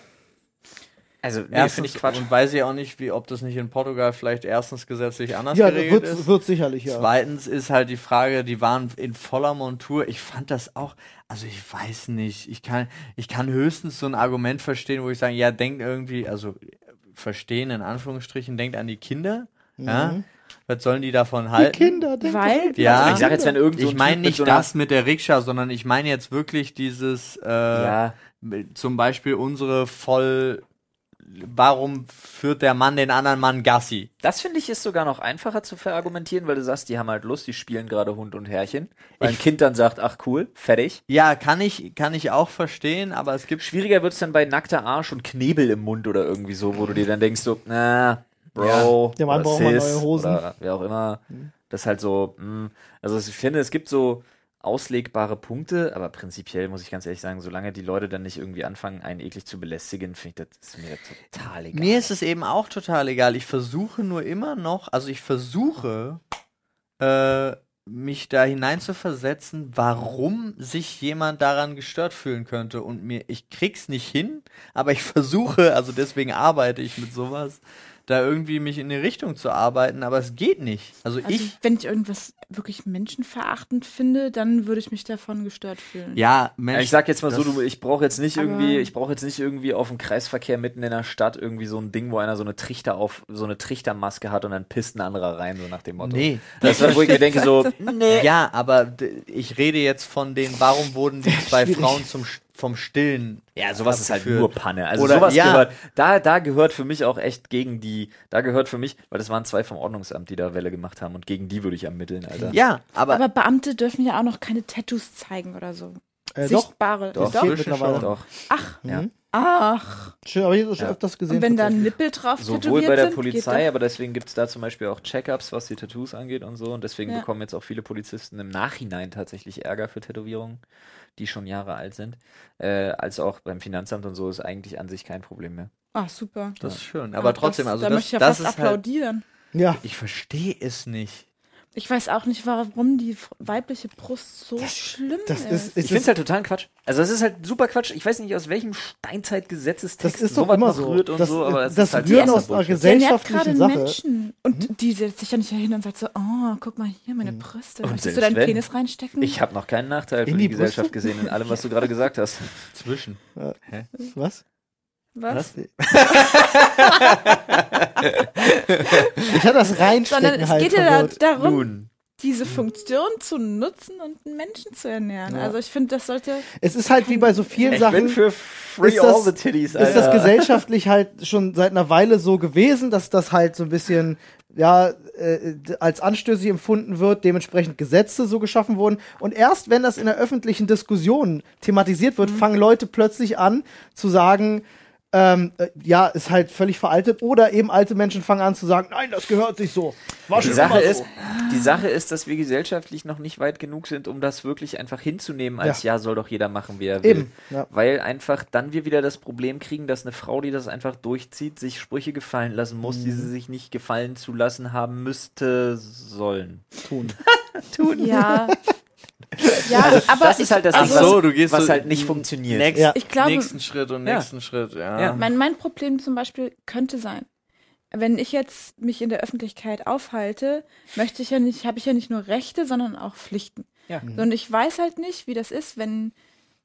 B: Also, nee,
E: Erstens,
B: finde ich Quatsch.
E: Und weiß ich auch nicht, wie, ob das nicht in Portugal vielleicht erstens gesetzlich anders
A: Ja,
E: geregelt
A: wird,
E: ist.
A: wird sicherlich, ja.
E: Zweitens ist halt die Frage, die waren in voller Montur. Ich fand das auch, also ich weiß nicht, ich kann, ich kann höchstens so ein Argument verstehen, wo ich sage, ja, denkt irgendwie, also äh, verstehen in Anführungsstrichen, denkt an die Kinder. Ja? Was sollen die davon
A: Mhm. Die
E: halten?
A: Kinder, denkt
D: Weil,
E: Ja.
B: Also ich sage jetzt, wenn irgend so
E: ich
B: ein
E: meine
B: Typ mit
E: nicht
B: so einer-
E: das mit der Rikscha, sondern ich meine jetzt wirklich dieses, äh,
B: Ja,
E: zum Beispiel unsere voll, warum führt der Mann den anderen Mann Gassi?
B: Das finde ich ist sogar noch einfacher zu verargumentieren, weil du sagst, die haben halt Lust, die spielen gerade Hund und Herrchen. Weil ein
E: Ich-
B: Kind dann sagt, ach cool, fertig.
E: Ja, kann ich, kann ich auch verstehen, aber es gibt
B: Schwieriger wird es dann bei nackter Arsch und Knebel im Mund oder irgendwie so, wo du dir dann denkst, so, na, Bro,
A: Ja. Der Mann
B: oder
A: braucht mal
B: Sis
A: neue Hosen. Hm.
B: Oder wer auch immer. Das ist halt so, mh. also ich finde, es gibt so auslegbare Punkte, aber prinzipiell muss ich ganz ehrlich sagen, solange die Leute dann nicht irgendwie anfangen, einen eklig zu belästigen, finde ich das ist mir total egal.
E: Mir ist es eben auch total egal. Ich versuche nur immer noch, also ich versuche, äh, mich da hinein zu versetzen, warum sich jemand daran gestört fühlen könnte. Und mir, ich krieg's nicht hin, aber ich versuche, also deswegen arbeite ich mit sowas, da irgendwie mich in eine Richtung zu arbeiten, aber es geht nicht. Also,
D: Also,
E: ich.
D: wenn ich irgendwas wirklich menschenverachtend finde, dann würde ich mich davon gestört fühlen.
E: Ja, Mensch.
B: Ja, ich sag jetzt mal so,
E: das-
B: du, ich brauche jetzt nicht
D: Aber-
B: irgendwie, ich brauche jetzt nicht irgendwie auf dem Kreisverkehr mitten in der Stadt irgendwie so ein Ding, wo einer so eine Trichter auf so eine Trichtermaske hat und dann pisst ein anderer rein, so nach dem Motto.
E: Nee.
B: Das ist, wo ich mir denke, so, nee.
E: Ja, aber d- ich rede jetzt von den, warum wurden die zwei
A: Schwierig.
E: Frauen zum, Sch- vom Stillen.
B: Ja, sowas ist halt
E: abgeführt?
B: nur Panne. Also
E: Oder-
B: sowas
E: ja.
B: gehört, da, da gehört für mich auch echt gegen die, da gehört für mich, weil das waren zwei vom Ordnungsamt, die da Welle gemacht haben und gegen die würde ich ermitteln, Alter.
E: Ja, aber,
D: Aber Beamte dürfen ja auch noch keine Tattoos zeigen oder so.
A: Äh, doch,
D: Sichtbare.
B: Doch.
A: das geht mittlerweile. Mhm.
B: Doch.
D: Ach,
B: Ja.
D: ach.
A: Schön, aber ich habe das schon
B: Ja.
A: öfters gesehen.
D: Und wenn da
A: tatsächlich.
D: ein Nippel drauf
B: Sowohl
D: tätowiert
B: bei der
D: sind, geht
B: Polizei, aber deswegen gibt es da zum Beispiel auch Check-ups, was die Tattoos angeht und so. Und deswegen
D: Ja.
B: bekommen jetzt auch viele Polizisten im Nachhinein tatsächlich Ärger für Tätowierungen, die schon Jahre alt sind. Äh, als auch beim Finanzamt und so ist eigentlich an sich kein Problem mehr.
D: doch- Ah, super.
E: das ist schön. Aber
D: Ah,
E: trotzdem,
D: das,
E: also
D: da
E: das,
D: möchte ich ja
E: das
D: fast
E: ist halt,
D: applaudieren.
A: ja.
E: ich verstehe es nicht.
D: Ich weiß auch nicht, warum die fr- weibliche Brust so schlimm
A: Das
D: ist.
A: ist,
B: Ich
A: es
B: finde es
A: ist,
B: halt totalen Quatsch. Also es ist halt super Quatsch. Ich weiß nicht, aus welchem Steinzeitgesetzestext
A: das ist doch
B: sowas
A: immer
B: noch
A: so.
B: rührt und
A: das,
B: so, aber es
A: das
B: ist halt
A: rührt
B: erster
A: aus einer
B: Bullshit.
D: Der nährt
A: gesellschaftlichen
D: gerade
A: Sache.
D: Menschen. Und die setzt sich ja nicht hin und sagt so, oh, guck mal hier, meine Brüste.
B: Und
D: Möchtest du
B: selbst
D: deinen
B: wenn.
D: Penis reinstecken?
B: Ich habe noch keinen Nachteil für
A: In
B: die
A: die Brüste?
B: Gesellschaft gesehen in allem, was du gerade gesagt hast.
E: Zwischen.
A: Was?
D: Was?
A: Ich hatte das reinstecken
D: Sondern es
A: halt
D: geht ja da,
A: verwirrt.
D: darum,
E: Nun.
D: diese Funktion zu nutzen und einen Menschen zu ernähren. Also ich finde, das sollte
A: Es ist halt wie bei so vielen
B: Ich
A: Sachen.
B: bin für Free
A: ist
B: All
A: das-
B: the Titties, Alter.
A: ist das gesellschaftlich halt schon seit einer Weile so gewesen, dass das halt so ein bisschen ja äh, d- als anstößig empfunden wird, dementsprechend Gesetze so geschaffen wurden und erst wenn das in der öffentlichen Diskussion thematisiert
B: Mhm.
A: wird, fangen Leute plötzlich an zu sagen ähm, äh, ja, ist halt völlig veraltet. Oder eben alte Menschen fangen an zu sagen, nein, das gehört sich so. War
B: Die
A: schon
B: Sache,
A: immer so.
B: ist, die Sache ist, dass wir gesellschaftlich noch nicht weit genug sind, um das wirklich einfach hinzunehmen, als ja, soll doch jeder machen, wie er will.
A: Eben, ja.
B: Weil einfach dann wir wieder das Problem kriegen, dass eine Frau, die das einfach durchzieht, sich Sprüche gefallen lassen muss, die
A: Mhm.
B: sie sich nicht gefallen zu lassen haben müsste, sollen.
A: tun.
D: ja. ja, aber
B: das
D: ich, also
B: ist halt das
E: Ach
B: Ding, was-
E: so, du gehst
B: was
E: so
B: halt nicht funktioniert.
D: ne-
E: Next,
A: Ja.
D: ich glaube,
E: nächsten Schritt und
B: Ja.
E: nächsten Schritt, ja.
B: Ja.
D: mein, mein Problem zum Beispiel könnte sein, wenn ich jetzt mich in der Öffentlichkeit aufhalte, möchte ich ja nicht, habe ich ja nicht nur Rechte, sondern auch Pflichten.
B: Ja.
D: So, Und ich weiß halt nicht, wie das ist, wenn,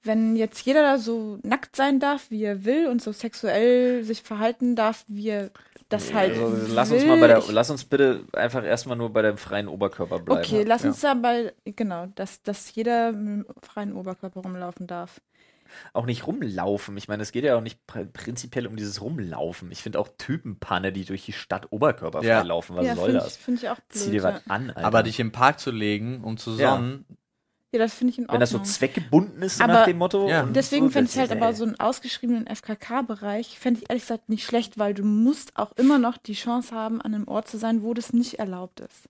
D: wenn jetzt jeder da so nackt sein darf, wie er will und so sexuell sich verhalten darf, wie er das halt.
B: Also,
D: will.
B: lass uns mal bei der,
D: Ich-
B: lass uns bitte einfach erstmal nur bei dem freien Oberkörper bleiben. halt,
D: Okay, lass uns da bei, genau, dass, dass jeder mit dem freien Oberkörper rumlaufen darf.
B: auch nicht rumlaufen. Ich meine, es geht ja auch nicht pr- prinzipiell um dieses Rumlaufen. Ich finde auch Typenpanne, die durch die Stadt Oberkörper
E: Ja.
B: frei laufen. Was
D: ja,
B: soll
D: finde ich,
B: das?
D: find ich auch blöd.
B: Zieh dir
D: ja.
B: was an, Alter.
E: Aber dich im Park zu legen, um zu
B: Ja.
E: sonnen,
D: ja, das finde ich in Ordnung.
B: Wenn das so zweckgebunden ist, so
D: Aber-
B: nach dem Motto.
E: Ja.
B: und
D: Deswegen
B: so,
D: fände
B: das
D: ich halt
B: ist,
D: aber
B: ey.
D: so einen ausgeschriebenen FKK-Bereich, fände ich ehrlich gesagt nicht schlecht, weil du musst auch immer noch die Chance haben, an einem Ort zu sein, wo das nicht erlaubt ist.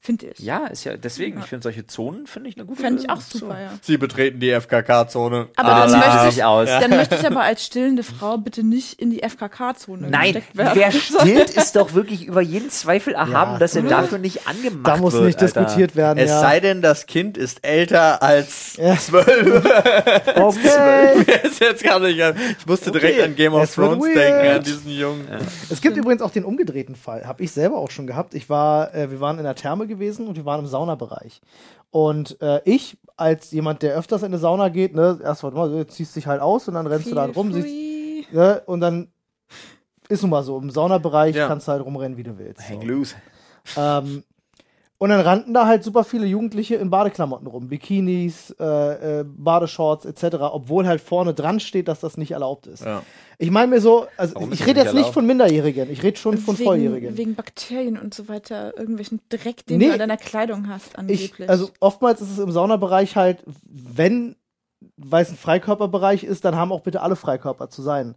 D: Finde ich.
B: Ja, ist ja, deswegen,
D: Ja.
B: ich finde solche Zonen, finde ich eine gute
D: Fände ich auch
B: Lösung.
D: super, ja.
E: Sie betreten die FKK-Zone.
D: Aber das
E: Alarm.
D: möchte
B: ich aus.
D: Dann möchte ich aber als stillende Frau bitte nicht in die FKK-Zone
B: Nein,
D: gesteckt werden.
B: wer stillt, ist doch wirklich über jeden Zweifel erhaben, dass er dafür nicht angemacht
A: Da muss
B: wird.
A: nicht
B: Alter.
A: diskutiert werden.
E: Ah, Es
A: ja.
E: sei denn, das Kind ist älter als
A: Ja.
E: zwölf.
A: okay.
E: Mir ist jetzt gar nicht an- Ich musste direkt
A: Okay.
E: an Game of
A: Es wird
E: Thrones
A: weird.
E: denken, an diesen Jungen.
A: Es gibt übrigens auch den umgedrehten Fall. Habe ich selber auch schon gehabt. Ich war, äh, wir waren in der Therme gewesen und wir waren im Saunabereich. Und äh, ich, als jemand, der öfters in eine Sauna geht, ne, erst warte mal, du ziehst dich halt aus und dann rennst du da halt rum, siehst,
D: Free.
A: ne, und dann ist nun mal so, im Saunabereich
E: Ja.
A: kannst du halt rumrennen, wie du willst.
B: Hang
A: So.
B: loose.
A: Ähm, und dann rannten da halt super viele Jugendliche in Badeklamotten rum, Bikinis, äh, äh, Badeshorts etc., obwohl halt vorne dran steht, dass das nicht erlaubt ist.
E: Ja.
A: Ich meine mir so, also
B: Warum ist
A: ich
B: das
A: rede
B: nicht
A: jetzt nicht
B: erlaubt?
A: von Minderjährigen, ich rede schon von Volljährigen.
D: wegen, wegen Bakterien und so weiter, irgendwelchen Dreck, den
A: Nee.
D: du an deiner Kleidung hast, angeblich.
A: Ich, also oftmals ist es im Saunabereich halt, wenn weil es ein Freikörperbereich ist, dann haben auch bitte alle Freikörper zu sein.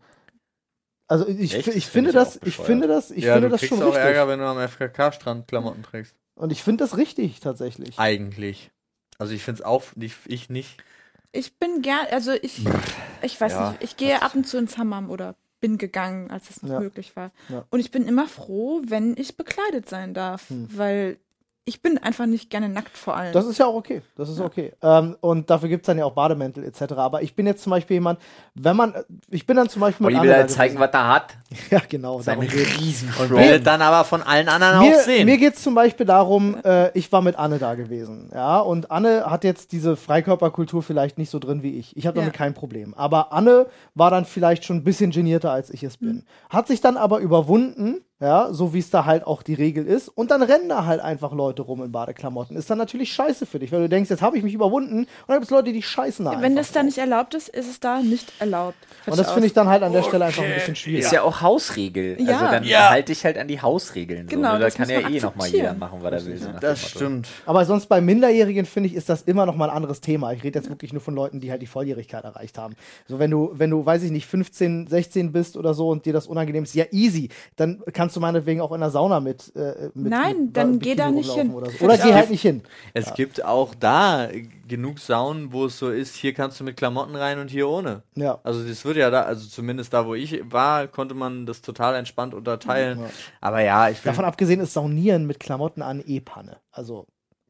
A: Also ich,
B: Echt?
A: ich,
B: Find
A: finde
B: ich auch
A: das, ich
B: bescheuert.
A: finde das, ich
E: ja,
A: finde
E: du
A: das
E: kriegst
A: schon
E: auch
A: richtig.
E: Ärger, wenn du am FKK-Strand Klamotten trägst.
A: Und ich finde das richtig tatsächlich.
E: Eigentlich. Also ich find's auch, ich, ich nicht.
D: ich bin gern, also ich, ich weiß
E: Ja,
D: nicht, ich gehe ab und zu ins Hammam oder bin gegangen, als es noch
A: Ja.
D: möglich war.
A: Ja.
D: Und ich bin immer froh, wenn ich bekleidet sein darf,
A: Hm.
D: weil ich bin einfach nicht gerne nackt vor allem.
A: Das ist ja auch okay. Das ist okay. Ähm, und dafür gibt es dann ja auch Bademäntel etc. Aber ich bin jetzt zum Beispiel jemand, wenn man, ich bin dann zum Beispiel
B: Olli
A: mit
B: will
A: Angela
B: halt zeigen, was er hat.
A: gewesen. Ja, genau. Darum geht's.
E: Will
B: Riesenschrott.
E: dann aber von allen anderen
A: Mir,
E: auch sehen.
A: mir geht es zum Beispiel darum, äh, ich war mit Anne da gewesen. Ja, und Anne hat jetzt diese Freikörperkultur vielleicht nicht so drin wie ich. Ich habe
D: Ja.
A: damit kein Problem. Aber Anne war dann vielleicht schon ein bisschen genierter, als ich es bin.
D: Mhm.
A: Hat sich dann aber überwunden, ja, so wie es da halt auch die Regel ist. Und dann rennen da halt einfach Leute rum in Badeklamotten. Ist dann natürlich scheiße für dich, weil du denkst, jetzt habe ich mich überwunden und dann gibt es Leute, die scheißen da
D: Wenn
A: einfach
D: das da
A: drauf.
D: nicht erlaubt ist, ist es da nicht erlaubt.
A: Und das finde ich dann halt an der Stelle einfach ein bisschen schwierig.
B: Ist ja auch Hausregel.
D: Ja.
B: Also dann
E: Ja.
B: halte ich halt an die Hausregeln.
D: Genau,
B: so. ne? Da
D: das
B: kann
D: muss
B: ja
D: man
B: eh nochmal jeder
D: akzeptieren.
B: machen, was er will. so nach dem
E: Das
B: Motto.
E: stimmt.
A: Aber sonst bei Minderjährigen, finde ich, ist das immer noch mal ein anderes Thema. Ich rede jetzt wirklich nur von Leuten, die halt die Volljährigkeit erreicht haben. So, wenn du, wenn du, weiß ich nicht, 15, 16 bist oder so und dir das unangenehm ist, ja, easy. Dann kannst du meinetwegen auch in der Sauna mit. Äh, mit
D: Nein,
A: mit
D: dann
A: Bikini
D: geh da nicht
A: rumlaufen
D: hin.
A: Oder, so. oder
D: Ja.
A: geh halt nicht hin.
E: Es gibt auch da genug Saunen, wo es so ist, hier kannst du mit Klamotten rein und hier ohne.
A: Ja.
E: Also das wird ja da, also zumindest da, wo ich war, konnte man das total entspannt unterteilen.
A: Ja.
E: Aber ja, ich will,
A: Davon abgesehen ist Saunieren mit Klamotten an E-Panne. Also,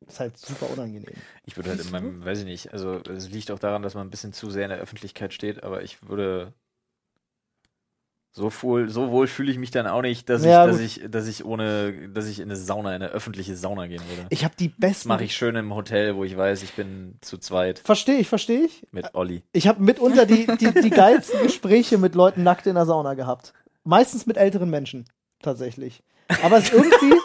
A: ist halt super unangenehm.
B: Ich würde halt in meinem, weiß ich nicht, also es liegt auch daran, dass man ein bisschen zu sehr in der Öffentlichkeit steht, aber ich würde. So wohl, so wohl fühle ich mich dann auch nicht, dass,
A: Ja,
B: ich, dass,
A: gut.
B: ich, dass ich ohne, dass ich in eine Sauna, in eine öffentliche Sauna gehen würde.
A: Ich habe die
B: das
A: besten.
B: mache ich schön im Hotel, wo ich weiß, ich bin zu zweit
A: Verstehe ich, verstehe ich.
B: mit Olli.
A: Ich habe mitunter die, die, die geilsten Gespräche mit Leuten nackt in der Sauna gehabt. Meistens mit älteren Menschen, tatsächlich. Aber es ist irgendwie.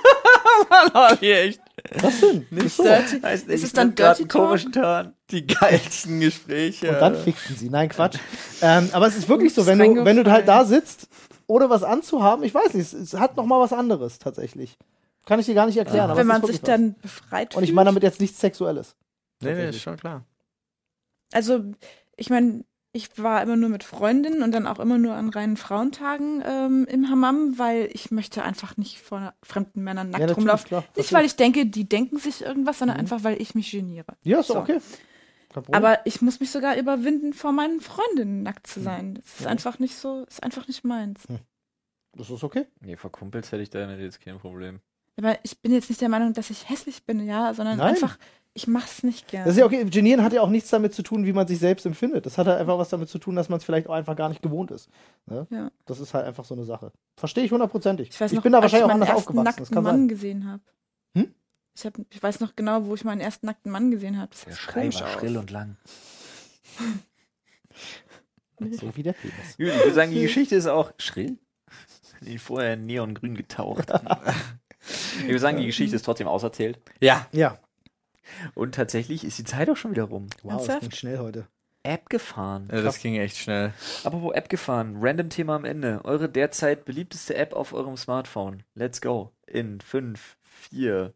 E: echt
A: Was denn?
E: nicht
A: Wieso?
E: dirty.
D: Ist es dann Dirty Talk?
E: komischen Turn. Die geilsten Gespräche.
A: Und dann fickten sie. Nein, Quatsch. ähm, aber es ist wirklich so, wenn du,
D: Strenge
A: wenn du halt da
D: Fall.
A: sitzt, ohne was anzuhaben, ich weiß nicht, es, es hat nochmal was anderes tatsächlich. Kann ich dir gar nicht erklären. aber
D: Wenn
A: es ist
D: man
A: wirklich
D: sich
A: was.
D: dann befreit
A: Und ich
D: fühlt.
A: meine damit jetzt nichts Sexuelles.
E: nee, nee, ist schon klar.
D: also ich meine, ich war immer nur mit Freundinnen und dann auch immer nur an reinen Frauentagen ähm, im Hammam, weil ich möchte einfach nicht vor fremden Männern nackt
A: natürlich,
D: rumlaufen.
A: klar.
D: Nicht, weil ich denke, die denken sich irgendwas,
A: Mhm.
D: sondern einfach, weil ich mich geniere.
A: Ja, ist
D: So.
A: okay. Kein Problem.
D: Aber ich muss mich sogar überwinden, vor meinen Freundinnen nackt
A: Hm.
D: zu sein. Das ist einfach nicht so, ist einfach nicht meins.
A: das ist okay.
B: Nee, vor Kumpels hätte ich da jetzt kein Problem.
D: Aber ich bin jetzt nicht der Meinung, dass ich hässlich bin, ja, sondern
A: Nein.
D: einfach, ich mach's nicht gerne.
A: Das ist ja okay. Genieren hat ja auch nichts damit zu tun, wie man sich selbst empfindet. Das hat halt einfach was damit zu tun, dass man es vielleicht auch einfach gar nicht gewohnt ist. Ne?
D: Ja.
A: Das ist halt einfach so eine Sache. Verstehe ich hundertprozentig.
D: Ich weiß noch,
A: bin da wahrscheinlich auch
D: als ich meinen
A: anders
D: ersten
A: aufgewachsen. Das
D: nackten
A: kann
D: Mann
A: sein.
D: gesehen habe.
A: Hm?
D: Ich, hab, ich weiß noch genau, wo ich meinen ersten nackten Mann gesehen habe. Das sah
B: Der Schrei
D: komisch
B: war
D: aus.
B: schrill und lang.
A: So wie der Penis.
B: Gut, ich würde sagen, die Geschichte ist auch schrill. Die vorher in neongrün getaucht. ich würde sagen, die Geschichte ist trotzdem auserzählt.
E: Ja.
A: Ja.
B: Und tatsächlich ist die Zeit auch schon wieder rum.
A: Wow, das
D: Ernsthaft?
A: ging schnell heute.
B: App gefahren.
E: ja, das ging echt schnell.
B: Apropos App gefahren. Random Thema am Ende. Eure derzeit beliebteste App auf eurem Smartphone. Let's go. In 5, 4,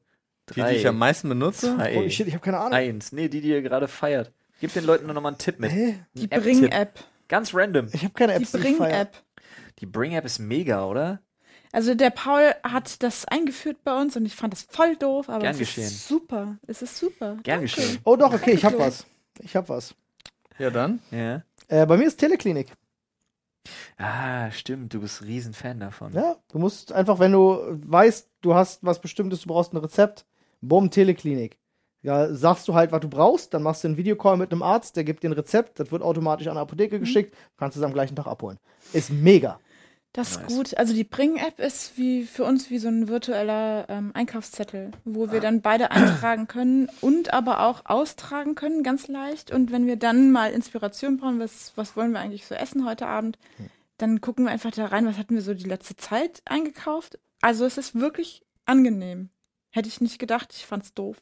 E: Die, die ich am
B: 3,
E: meisten benutze?
A: Oh,
B: 2,
A: shit, ich habe keine Ahnung.
B: 1. Nee, die, die ihr gerade feiert. Gebt den Leuten nochmal einen Tipp mit.
A: Hä?
D: Die
B: App-Tipp.
D: Bring-App.
B: Ganz random.
A: Ich habe keine
D: Die
A: Apps. ich feier.
D: Bring-App.
B: Die Bring-App ist mega, oder?
D: Also der Paul hat das eingeführt bei uns und ich fand das voll doof, aber
B: Gern
D: es
B: geschehen.
D: ist super. Es ist super.
B: Gern geschehen.
A: Oh doch, okay, ich habe was. Ich habe was.
E: Ja, dann.
B: Ja.
A: Äh, bei mir ist Teleklinik.
B: Ah, stimmt. Du bist riesen Fan davon.
A: Ja, du musst einfach, wenn du weißt, du hast was Bestimmtes, du brauchst ein Rezept, bumm, Teleklinik. Ja, sagst du halt, was du brauchst, dann machst du einen Videocall mit einem Arzt, der gibt dir ein Rezept, das wird automatisch an eine Apotheke geschickt, kannst es am gleichen Tag abholen. Ist mega.
D: Das ist
B: Nice.
D: gut. Also die Bring-App ist wie für uns wie so ein virtueller ähm, Einkaufszettel, wo wir
A: Ah.
D: dann beide eintragen können und aber auch austragen können, ganz leicht. Und wenn wir dann mal Inspiration brauchen, was, was wollen wir eigentlich so essen heute Abend,
A: Hm.
D: dann gucken wir einfach da rein, was hatten wir so die letzte Zeit eingekauft. Also es ist wirklich angenehm. Hätte ich nicht gedacht, ich fand's doof.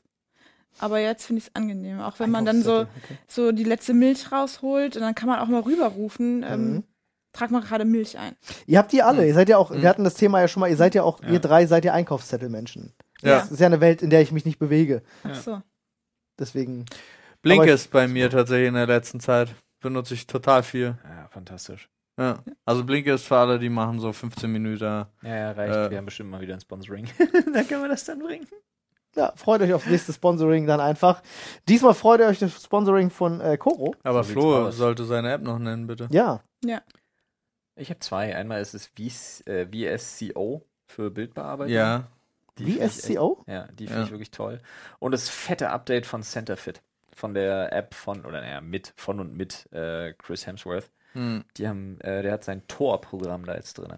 D: Aber jetzt finde ich es angenehm. Auch wenn man dann so,
A: Einkaufszettel,
D: so die letzte Milch rausholt und dann kann man auch mal rüberrufen, ähm,
A: Mhm.
D: trag mal gerade Milch ein.
A: Ihr habt die alle, ihr seid ja auch,
E: Mhm.
A: wir hatten das Thema ja schon mal, ihr seid ja auch,
B: Ja.
A: ihr drei seid ja Einkaufszettelmenschen.
E: Ja.
A: Das ist ja eine Welt, in der ich mich nicht bewege.
D: Ach so.
A: Deswegen,
E: Blink
A: Aber ich-
E: ist bei mir tatsächlich in der letzten Zeit. Benutze ich total viel.
B: Ja, fantastisch.
E: Ja. Also Blink ist für alle, die machen so 15 Minuten.
B: Ja, ja, reicht.
E: Äh.
B: Wir haben bestimmt mal wieder ein Sponsoring. dann können wir das dann bringen.
A: ja, freut euch aufs nächste Sponsoring dann einfach. Diesmal freut ihr euch das Sponsoring von äh, Koro.
E: Aber
B: So sieht's
E: Flo
B: aus.
E: sollte seine App noch nennen, bitte.
A: Ja,
B: Ich habe zwei. Einmal ist es VS, äh, VSCO für Bildbearbeitung.
E: Ja.
B: Die
A: Wie
B: find ich
A: SCO?
B: Echt, ja, die finde
E: Ja.
B: ich wirklich toll. Und das fette Update von CenterFit, von der App von, oder naja, mit, von und mit äh, Chris Hemsworth.
E: Hm.
B: Die haben, äh, der hat sein Tor-Programm da jetzt drin.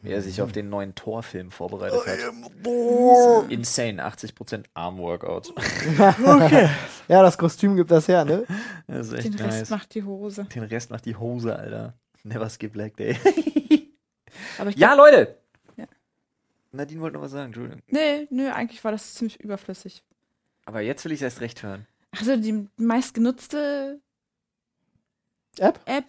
B: Wie er sich auf den neuen Tor-Film vorbereitet hat.
E: Hm.
B: Insane, 80% Arm-Workouts.
A: Ja, das Kostüm gibt das her, ne?
B: Das ist echt
D: Den Rest
B: nice.
D: macht die Hose.
B: Den Rest macht die Hose, Alter. Never skip leg day.
D: Aber ich
B: ja, Leute!
D: Ja.
B: Nadine wollte noch was sagen, Entschuldigung.
D: Nee, nö, eigentlich war das ziemlich überflüssig.
B: Aber jetzt will ich es erst recht hören.
D: Also die meistgenutzte
A: App?
D: App,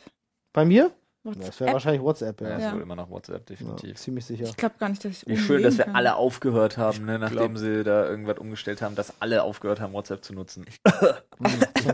A: Bei mir? Das wäre
D: WhatsApp.
A: wahrscheinlich WhatsApp,
B: Ja,
A: ja.
B: es
D: Ja.
B: wurde immer noch WhatsApp,
A: ja.
B: definitiv.
A: Ziemlich sicher.
D: Ich glaube gar nicht, dass ich
B: Wie
D: ohne
B: schön, dass
D: leben
B: wir
D: kann.
B: alle aufgehört haben, ne,
E: glaub-
B: nachdem sie da irgendwas umgestellt haben, dass alle aufgehört haben, WhatsApp zu nutzen.
E: Ich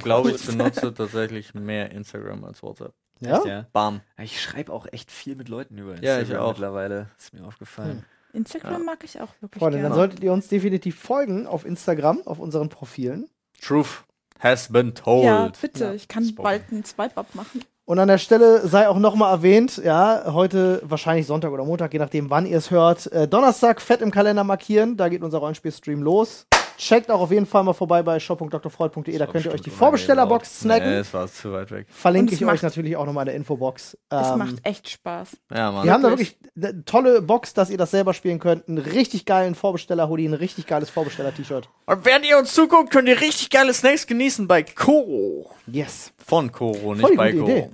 E: glaube, ich benutze tatsächlich mehr Instagram als WhatsApp.
A: Ja?
B: Echt, ja?
E: Bam.
B: Ich schreibe auch echt viel mit Leuten über
E: Ja, ich auch.
B: mittlerweile. Ist mir aufgefallen.
D: Instagram
E: Ja.
D: mag ich auch wirklich
A: Freunde, dann
D: gerne.
A: solltet ihr uns definitiv folgen auf Instagram, auf unseren Profilen.
E: Truth has been told.
D: ja, bitte,
A: Ja.
D: ich kann
B: Spock.
D: bald einen Swipe-Up machen.
A: Und an der Stelle sei auch nochmal erwähnt, ja, heute wahrscheinlich Sonntag oder Montag, je nachdem, wann ihr es hört, äh, Donnerstag fett im Kalender markieren, da geht unser Rollenspiel-Stream los. Checkt auch auf jeden Fall mal vorbei bei shop.drfreud.de, genau. da
B: war
A: könnt ihr euch die
B: bestimmt
A: Vorbestellerbox snacken.
E: Nee, es war zu weit weg.
D: Und
A: Verlinke
D: es
A: ich euch
D: macht-
A: natürlich auch nochmal in der Infobox.
D: es
A: Ähm,
D: macht echt Spaß.
E: Ja, Mann.
A: wir haben da
D: Wirklich.
A: wirklich eine tolle Box, dass ihr das selber spielen könnt. Einen richtig geilen Vorbesteller-Hoodie, ein richtig geiles Vorbesteller-T-Shirt.
E: Und während ihr uns zuguckt, könnt ihr richtig geile Snacks genießen bei Koro.
A: Yes.
E: Von Koro, nicht
A: Voll die
E: bei
A: gute
E: Koro.
A: Idee.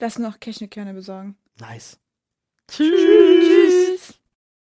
D: Lass noch Cashewkerne besorgen.
A: Nice.
E: Tschüss.